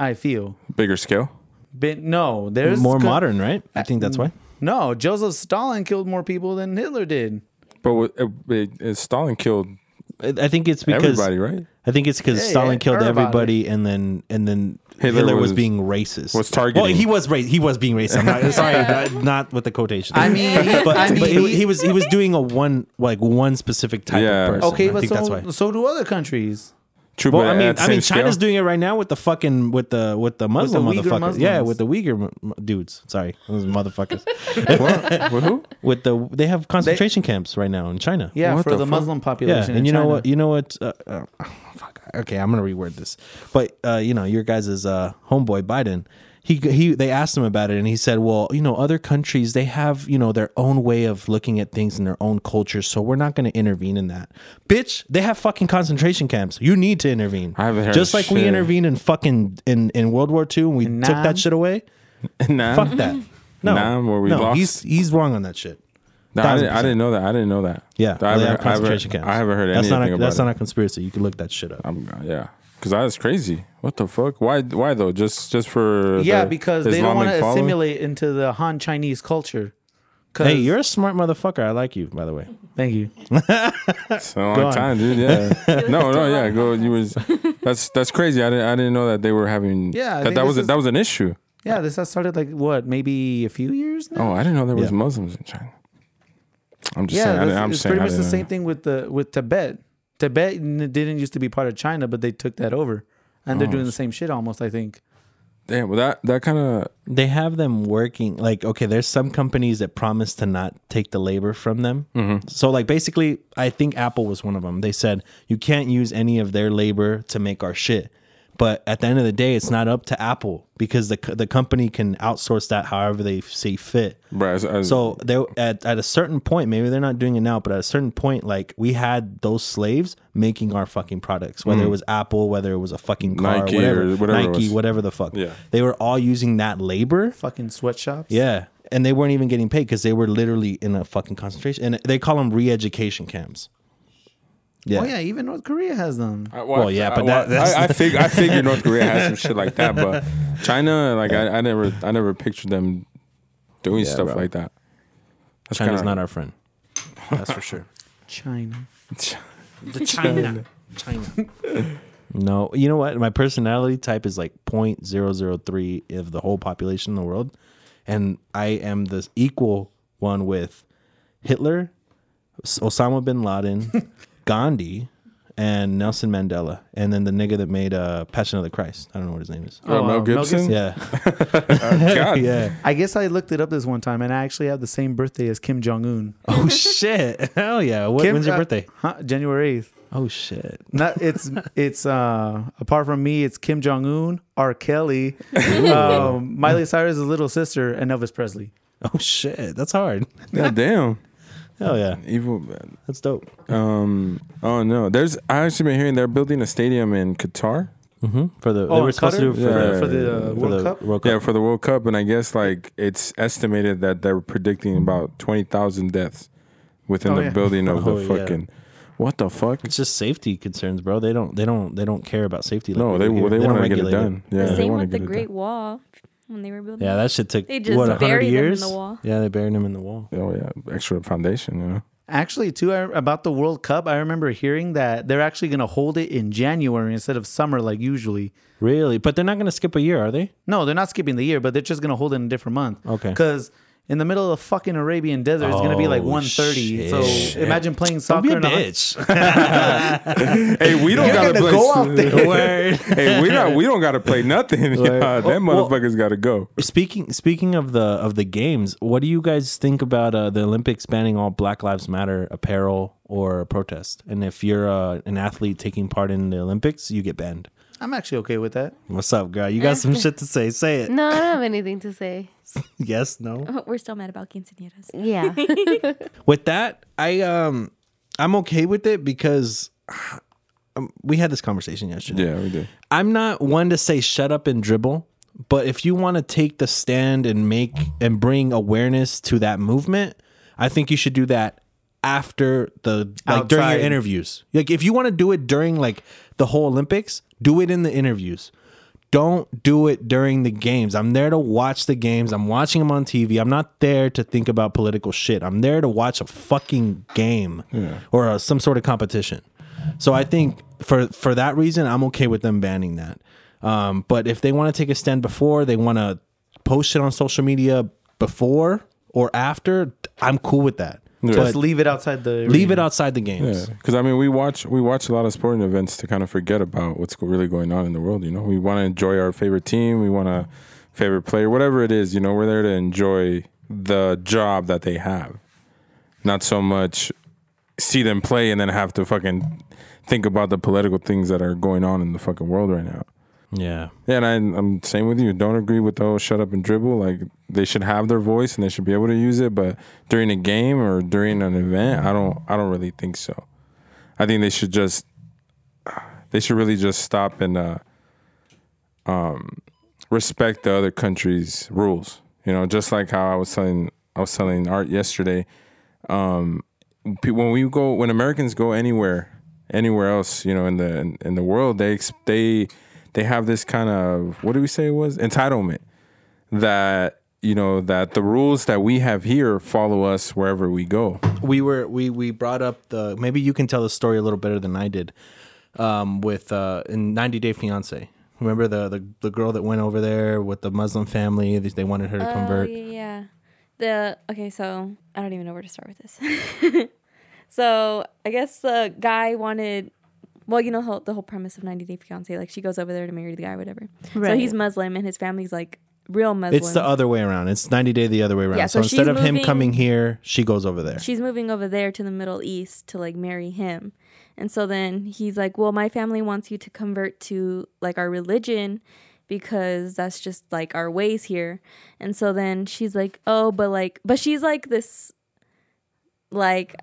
[SPEAKER 6] I feel.
[SPEAKER 2] Bigger scale.
[SPEAKER 6] But no, there's
[SPEAKER 3] more
[SPEAKER 6] co-
[SPEAKER 3] modern, right? I think that's
[SPEAKER 6] Mm.
[SPEAKER 3] why.
[SPEAKER 6] No, Joseph Stalin killed more people than Hitler did.
[SPEAKER 2] But wa- uh, it, it, Stalin killed
[SPEAKER 3] I I think it's because
[SPEAKER 2] everybody, right?
[SPEAKER 3] I think it's because
[SPEAKER 6] Yeah,
[SPEAKER 3] Stalin
[SPEAKER 6] yeah,
[SPEAKER 3] killed
[SPEAKER 6] heard about
[SPEAKER 3] everybody, and then and then Hitler,
[SPEAKER 2] Hitler
[SPEAKER 3] was,
[SPEAKER 2] was-
[SPEAKER 3] being racist.
[SPEAKER 2] was targeting.
[SPEAKER 3] Well, he was race. He was being racist. I'm *laughs* not, sorry, not, not with the quotation.
[SPEAKER 6] I mean, *laughs*
[SPEAKER 3] *laughs*
[SPEAKER 6] he-
[SPEAKER 3] but,
[SPEAKER 6] I mean,
[SPEAKER 3] but he,
[SPEAKER 6] he-
[SPEAKER 3] he was he was doing a one like one specific type
[SPEAKER 2] Yeah.
[SPEAKER 3] of person.
[SPEAKER 6] Okay,
[SPEAKER 3] I
[SPEAKER 6] but
[SPEAKER 3] think that's why.
[SPEAKER 6] so, so do other countries.
[SPEAKER 2] True,
[SPEAKER 3] Well,
[SPEAKER 2] but
[SPEAKER 3] I
[SPEAKER 2] at
[SPEAKER 3] mean,
[SPEAKER 2] the
[SPEAKER 3] I
[SPEAKER 2] same
[SPEAKER 3] mean, China's
[SPEAKER 2] scale.
[SPEAKER 3] doing it right now with the fucking with the with the Muslim
[SPEAKER 6] Uyghur
[SPEAKER 3] motherfuckers. Yeah,
[SPEAKER 6] Muslims.
[SPEAKER 3] with the Uyghur mu- dudes. Sorry, those
[SPEAKER 6] *laughs*
[SPEAKER 3] motherfuckers.
[SPEAKER 2] What? With who?
[SPEAKER 3] with the they have concentration camps right now in China.
[SPEAKER 6] Yeah,
[SPEAKER 2] What
[SPEAKER 6] for
[SPEAKER 2] the
[SPEAKER 6] the,
[SPEAKER 2] fuck?
[SPEAKER 6] Muslim
[SPEAKER 3] Yeah,
[SPEAKER 6] population.
[SPEAKER 3] and
[SPEAKER 6] in
[SPEAKER 3] you know
[SPEAKER 6] China.
[SPEAKER 3] what? You know what? Uh, uh, fuck. Okay, I'm gonna reword this, but uh, you know, your guys is uh, homeboy Biden. He he. They asked him about it, and he said, "Well, you know, other countries they have you know their own way of looking at things and their own culture, so we're not gonna intervene in that." Bitch, they have fucking concentration camps. You need to intervene.
[SPEAKER 2] I haven't heard
[SPEAKER 3] Just like we
[SPEAKER 2] shit.
[SPEAKER 3] intervened in fucking in in World War II, and we took
[SPEAKER 6] Nam?
[SPEAKER 3] that shit away. *laughs*
[SPEAKER 2] Nah,
[SPEAKER 3] Fuck
[SPEAKER 2] *laughs*
[SPEAKER 3] that. No,
[SPEAKER 2] Nam, where we
[SPEAKER 3] no,
[SPEAKER 2] lost.
[SPEAKER 3] he's he's wrong on that shit.
[SPEAKER 2] Nah, I, didn't, I
[SPEAKER 3] 1000%.
[SPEAKER 2] didn't know that. I didn't know that.
[SPEAKER 3] Yeah,
[SPEAKER 2] I
[SPEAKER 3] they have
[SPEAKER 2] haven't, I haven't-
[SPEAKER 3] concentration camps.
[SPEAKER 2] I haven't heard
[SPEAKER 3] that's
[SPEAKER 2] anything
[SPEAKER 3] not a,
[SPEAKER 2] about
[SPEAKER 3] That's
[SPEAKER 2] it.
[SPEAKER 3] not a conspiracy. You can look that shit up.
[SPEAKER 2] I'm, yeah, because that's crazy. What the fuck? Why? Why though? Just just for
[SPEAKER 6] Yeah,
[SPEAKER 2] the
[SPEAKER 6] because they don't want
[SPEAKER 2] Islamic
[SPEAKER 6] to
[SPEAKER 2] following?
[SPEAKER 6] assimilate into the Han Chinese culture. 'Cause-
[SPEAKER 3] Hey, you're a smart motherfucker. I like you, by the way.
[SPEAKER 6] Thank you.
[SPEAKER 2] It's a long time, dude.
[SPEAKER 6] *laughs*
[SPEAKER 2] Yeah. no, no, yeah. Go. You was. That's that's crazy. I didn't I didn't know that they were having.
[SPEAKER 6] Yeah, I
[SPEAKER 2] 'cause
[SPEAKER 6] think
[SPEAKER 2] that
[SPEAKER 6] this
[SPEAKER 2] was a,
[SPEAKER 6] is-
[SPEAKER 2] that was an issue.
[SPEAKER 6] Yeah, this has started like what, maybe a few years now.
[SPEAKER 2] Oh, I didn't know there was
[SPEAKER 3] Yeah.
[SPEAKER 2] Muslims in China. I'm just
[SPEAKER 6] yeah,
[SPEAKER 2] saying. I
[SPEAKER 6] that's-
[SPEAKER 2] didn't- I'm
[SPEAKER 6] it's
[SPEAKER 2] saying.
[SPEAKER 6] pretty
[SPEAKER 2] I
[SPEAKER 6] much the
[SPEAKER 2] didn't
[SPEAKER 6] same
[SPEAKER 2] know.
[SPEAKER 6] thing with the with Tibet. Tibet n- didn't used to be part of China, but they took that over, and
[SPEAKER 2] Oh,
[SPEAKER 6] they're doing the same shit almost. I think.
[SPEAKER 2] Damn. Well, that that kind of
[SPEAKER 3] They have them working like okay. There's some companies that promise to not take the labor from them.
[SPEAKER 2] Mm-hmm.
[SPEAKER 3] So like basically, I think Apple was one of them. They said you can't use any of their labor to make our shit. But at the end of the day, it's not up to Apple because the co- the company can outsource that however they see fit.
[SPEAKER 2] bruh, as- as-
[SPEAKER 3] So they at, at a certain point, maybe they're not doing it now, but at a certain point, like we had those slaves making our fucking products, whether it was Apple, whether it was a fucking car,
[SPEAKER 2] Mm. Nike
[SPEAKER 3] whatever,
[SPEAKER 2] or whatever it
[SPEAKER 3] Nike,
[SPEAKER 2] was.
[SPEAKER 3] whatever the fuck.
[SPEAKER 2] Yeah.
[SPEAKER 3] They were all using that labor.
[SPEAKER 6] Fucking sweatshops.
[SPEAKER 3] Yeah. And they weren't even getting paid because they were literally in a fucking concentration. And they call them re education camps. Yeah.
[SPEAKER 6] Oh yeah, even North Korea has them.
[SPEAKER 2] I-
[SPEAKER 3] Well, yeah,
[SPEAKER 2] I-
[SPEAKER 3] but
[SPEAKER 2] Uh, well,
[SPEAKER 3] that- that's- *laughs*
[SPEAKER 2] I, I, fig- I figured North Korea has some shit like that, but China, like I, I never, I never pictured them doing stuff
[SPEAKER 3] bro.
[SPEAKER 2] like that. That's
[SPEAKER 3] China's
[SPEAKER 2] kinda-
[SPEAKER 3] not our friend. That's for sure.
[SPEAKER 6] China.
[SPEAKER 3] China. China. No, you know what? My personality type is like 0.003 of the whole population in the world. And I am the equal one with Hitler, Osama bin
[SPEAKER 6] *laughs*
[SPEAKER 3] Laden, Gandhi, and Nelson Mandela. And then the nigga that made uh, Passion of the Christ. I don't know what his name is.
[SPEAKER 2] Oh, Mel
[SPEAKER 6] Oh, uh, Mel
[SPEAKER 2] Gibson.
[SPEAKER 6] Gibson?
[SPEAKER 3] Yeah. *laughs*
[SPEAKER 2] God.
[SPEAKER 6] *laughs*
[SPEAKER 3] yeah.
[SPEAKER 6] I guess I looked it up this one time, and I actually have the same birthday as Kim Jong Un.
[SPEAKER 3] Oh, shit. Hell yeah. What, when's your birthday?
[SPEAKER 6] Huh? January eighth.
[SPEAKER 3] Oh, shit. *laughs*
[SPEAKER 6] Not it's it's uh apart from me, it's Kim Jong Un, R. Kelly, um, Miley Cyrus' little sister, and Elvis Presley.
[SPEAKER 3] *laughs* Oh, shit. That's hard.
[SPEAKER 2] *laughs* Yeah, damn,
[SPEAKER 3] Hell yeah.
[SPEAKER 2] evil. man.
[SPEAKER 3] That's dope.
[SPEAKER 2] Um, oh no, there's. I actually been hearing they're building a stadium in Qatar.
[SPEAKER 3] hmm For the,
[SPEAKER 6] Oh,
[SPEAKER 3] they were
[SPEAKER 6] in
[SPEAKER 3] supposed to do
[SPEAKER 6] Qatar?
[SPEAKER 3] it for, the,
[SPEAKER 2] Yeah.
[SPEAKER 6] For the uh,
[SPEAKER 3] for
[SPEAKER 6] World
[SPEAKER 3] the
[SPEAKER 6] Cup.
[SPEAKER 3] World Cup.
[SPEAKER 2] Yeah, for the World Cup, and I guess like it's estimated that they're predicting about twenty thousand deaths within
[SPEAKER 6] Oh,
[SPEAKER 2] the
[SPEAKER 6] yeah.
[SPEAKER 2] building of
[SPEAKER 3] *laughs* Oh,
[SPEAKER 2] the
[SPEAKER 3] yeah.
[SPEAKER 2] fucking. What the fuck?
[SPEAKER 3] It's just safety concerns, bro. They don't they don't they don't care about safety. Like
[SPEAKER 2] No,
[SPEAKER 3] we
[SPEAKER 2] they
[SPEAKER 3] do here.
[SPEAKER 2] they,
[SPEAKER 3] don't
[SPEAKER 2] want to get it
[SPEAKER 3] regulate
[SPEAKER 2] done. Yeah,
[SPEAKER 5] the
[SPEAKER 2] they
[SPEAKER 5] same
[SPEAKER 2] wanna
[SPEAKER 5] with the
[SPEAKER 2] get it done.
[SPEAKER 5] Great Wall when they were building.
[SPEAKER 3] Yeah,
[SPEAKER 5] it.
[SPEAKER 3] that shit took
[SPEAKER 5] They just
[SPEAKER 3] what hundred
[SPEAKER 5] buried them in
[SPEAKER 3] years.
[SPEAKER 5] the wall.
[SPEAKER 3] Yeah, they buried him in the wall.
[SPEAKER 2] Oh yeah, extra foundation. You know.
[SPEAKER 6] Actually, too, I, about the World Cup, I remember hearing that they're actually going to hold it in January instead of summer like usually.
[SPEAKER 3] Really, but they're not gonna skip a year, are they?
[SPEAKER 6] No, they're not skipping the year, but they're just going to hold it in a different month.
[SPEAKER 3] Okay.
[SPEAKER 6] Because in the middle of the fucking Arabian desert, it's going to be like
[SPEAKER 3] Oh,
[SPEAKER 6] 1.30. So imagine playing
[SPEAKER 3] Don't
[SPEAKER 6] soccer.
[SPEAKER 3] be a
[SPEAKER 6] in a hun-
[SPEAKER 3] bitch. *laughs*
[SPEAKER 2] Hey, we don't gotta
[SPEAKER 6] gonna
[SPEAKER 2] play.
[SPEAKER 6] go out there.
[SPEAKER 3] Word.
[SPEAKER 2] *laughs* hey, we not we don't gotta play nothing. *laughs* Yeah, them
[SPEAKER 3] Well-
[SPEAKER 2] motherfuckers gotta go.
[SPEAKER 3] Speaking speaking of the of the games, what do you guys think about uh, the Olympics banning all Black Lives Matter apparel or protest? And if you're uh, an athlete taking part in the Olympics, you get banned.
[SPEAKER 6] I'm actually okay with that.
[SPEAKER 3] What's up, girl? You got some shit to say? Say it.
[SPEAKER 4] No, I don't have anything to say.
[SPEAKER 3] Yes, no.
[SPEAKER 5] *laughs* We're still mad about quinceañeras.
[SPEAKER 4] *laughs* Yeah.
[SPEAKER 3] With that, I um I'm okay with it because *sighs* um, we had this conversation yesterday.
[SPEAKER 2] Yeah, we did.
[SPEAKER 3] I'm not one to say shut up and dribble, but if you want to take the stand and make and bring awareness to that movement, I think you should do that after the like during your
[SPEAKER 6] Outside.
[SPEAKER 3] interviews. Like if you want to do it during like the whole Olympics, do it in the interviews. Don't do it during the games. I'm there to watch the games. I'm watching them on TV. I'm not there to think about political shit. I'm there to watch a fucking game or uh some sort of competition. So I think for for that reason, I'm okay with them banning that. Um, but if they want to take a stand before, they want to post it on social media before or after, I'm cool with that.
[SPEAKER 6] Just
[SPEAKER 3] But
[SPEAKER 6] leave it outside the.
[SPEAKER 3] leave it outside the games.
[SPEAKER 2] Because I mean, we watch we watch a lot of sporting events to kind of forget about what's go- really going on in the world. You know, we want to enjoy our favorite team, we want to favorite player, whatever it is. You know, we're there to enjoy the job that they have, not so much see them play and then have to fucking think about the political things that are going on in the fucking world right now.
[SPEAKER 3] Yeah.
[SPEAKER 2] Yeah, and I, I'm same with you. Don't agree with the whole shut up and dribble. Like they should have their voice and they should be able to use it, but during a game or during an event, I don't I don't really think so. I think they should just they should really just stop and uh, um, respect the other country's rules. You know, just like how I was telling I was telling Art yesterday. Um, pe- when we go, when Americans go anywhere, anywhere else, you know, in the in, in the world, they ex- they they have this kind of what do we say it was entitlement that you know that the rules that we have here follow us wherever we go.
[SPEAKER 3] we were we we brought up the maybe you can tell the story a little better than I did um with uh in 90 Day Fiance. Remember the the, the girl that went over there with the Muslim family they, they wanted her to convert.
[SPEAKER 5] Oh, yeah. The okay, so I don't even know where to start with this. *laughs* so I guess the guy wanted. Well, you know how- the whole premise of 90 Day Fiance, like she goes over there to marry the guy, whatever. So
[SPEAKER 4] Right.
[SPEAKER 5] he's Muslim and his family's like real Muslim.
[SPEAKER 3] It's the other way around. It's 90 Day the other way around.
[SPEAKER 5] Yeah,
[SPEAKER 3] so
[SPEAKER 5] so
[SPEAKER 3] instead
[SPEAKER 5] she's
[SPEAKER 3] of him
[SPEAKER 5] moving-
[SPEAKER 3] coming here, she goes over there.
[SPEAKER 5] she's moving over there to the Middle East to like marry him. And so then he's like, Well, my family wants you to convert to like our religion because that's just like our ways here. And so then she's like, Oh, but like, but she's like this, like,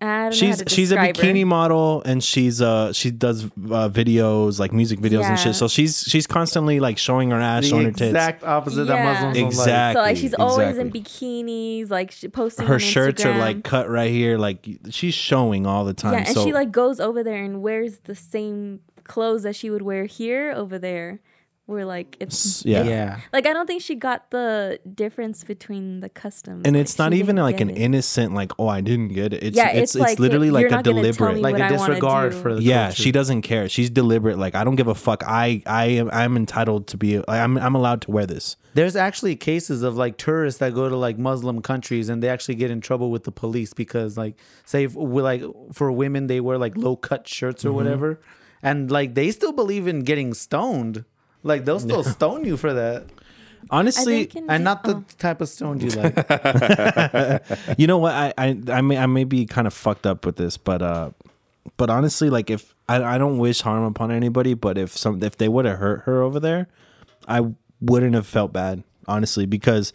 [SPEAKER 5] I don't know.
[SPEAKER 3] She's
[SPEAKER 5] How to
[SPEAKER 3] she's a
[SPEAKER 5] describe her.
[SPEAKER 3] bikini model and she's uh she does uh, videos like music videos and
[SPEAKER 5] Yeah.
[SPEAKER 3] shit. So she's she's constantly like showing her ass,
[SPEAKER 6] the
[SPEAKER 3] showing her tits.
[SPEAKER 6] exact opposite that
[SPEAKER 5] Yeah.
[SPEAKER 6] Muslims don't like.
[SPEAKER 3] Exactly.
[SPEAKER 5] So like, she's always in bikinis, like she posting
[SPEAKER 3] Her
[SPEAKER 5] on
[SPEAKER 3] shirts are
[SPEAKER 5] Instagram.
[SPEAKER 3] like cut right here, like she's showing all the time.
[SPEAKER 5] Yeah, and
[SPEAKER 3] so
[SPEAKER 5] she like goes over there and wears the same clothes that she would wear here over there. Where like it's
[SPEAKER 3] yeah.
[SPEAKER 6] Yeah.
[SPEAKER 5] Like I don't think she got the difference between the customs.
[SPEAKER 3] And it's not
[SPEAKER 5] she
[SPEAKER 3] even
[SPEAKER 5] didn't
[SPEAKER 3] like
[SPEAKER 5] get
[SPEAKER 3] an
[SPEAKER 5] it.
[SPEAKER 3] innocent like oh I didn't get it. It's
[SPEAKER 5] Yeah,
[SPEAKER 3] it's, it's
[SPEAKER 5] it's like,
[SPEAKER 3] literally
[SPEAKER 5] you're
[SPEAKER 3] like a
[SPEAKER 5] not gonna tell
[SPEAKER 3] deliberate
[SPEAKER 5] me
[SPEAKER 6] Like
[SPEAKER 5] what
[SPEAKER 6] a
[SPEAKER 5] I wanna
[SPEAKER 6] disregard
[SPEAKER 5] do.
[SPEAKER 6] for the
[SPEAKER 3] yeah
[SPEAKER 6] culture.
[SPEAKER 3] she doesn't care she's deliberate like i don't give a fuck i i am i'm entitled to be i'm, I'm allowed to wear this
[SPEAKER 6] There's actually cases of like tourists that go to like Muslim countries and they actually get in trouble with the police because like say if, we- like for women they wear like low cut shirts or whatever, and like they still believe in getting stoned. Like they'll still stone you for that,
[SPEAKER 5] I
[SPEAKER 3] honestly
[SPEAKER 5] think in oh.
[SPEAKER 6] and not the type of stoned you like.
[SPEAKER 3] you know what i i i may, I may be kind of fucked up with this but uh but honestly like if I, I don't wish harm upon anybody but if some if they would have hurt her over there i wouldn't have felt bad honestly because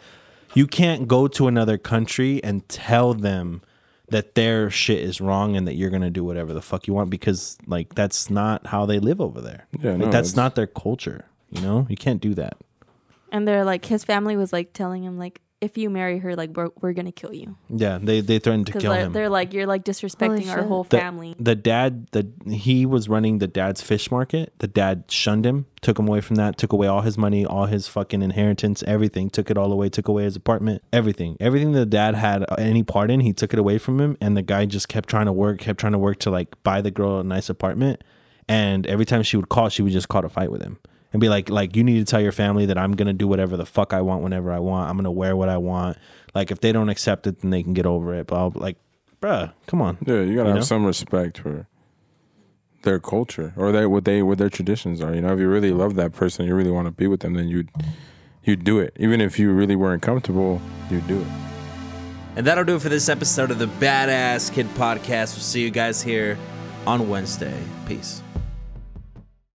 [SPEAKER 3] you can't go to another country and tell them that their shit is wrong and that you're gonna do whatever the fuck you want because like that's not how they live over there
[SPEAKER 2] Yeah,
[SPEAKER 3] Like,
[SPEAKER 2] no,
[SPEAKER 3] that's
[SPEAKER 2] it's-
[SPEAKER 3] not their culture you know you can't do that
[SPEAKER 5] and they're like his family was like telling him like if you marry her, like we're, we're gonna kill you
[SPEAKER 3] Yeah, they they threatened to
[SPEAKER 5] because
[SPEAKER 3] kill
[SPEAKER 5] like,
[SPEAKER 3] him.
[SPEAKER 5] they're like you're like disrespecting our
[SPEAKER 4] shit.
[SPEAKER 5] whole
[SPEAKER 3] The-
[SPEAKER 5] family.
[SPEAKER 3] The dad, the he was running the dad's fish market. The dad shunned him, took him away from that, took away all his money, all his fucking inheritance, everything. Took it all away, took away his apartment, everything, everything the dad had any part in. He took it away from him, and the guy just kept trying to work, kept trying to work to like buy the girl a nice apartment. And every time she would call, she would just call to fight with him and be like, like you need to tell your family that I'm gonna do whatever the fuck I want whenever I want. I'm gonna wear what I want. Like if they don't accept it, then they can get over it. But I'll, like, bruh, come on.
[SPEAKER 2] Yeah, you gotta
[SPEAKER 3] You
[SPEAKER 2] have
[SPEAKER 3] know?
[SPEAKER 2] some respect for their culture or their what they what their traditions are. You know, if you really love that person, you really want to be with them, then you you do it. Even if you really weren't comfortable, you do it.
[SPEAKER 1] And that'll do it for this episode of the Badass Kid Podcast. We'll see you guys here on Wednesday. Peace.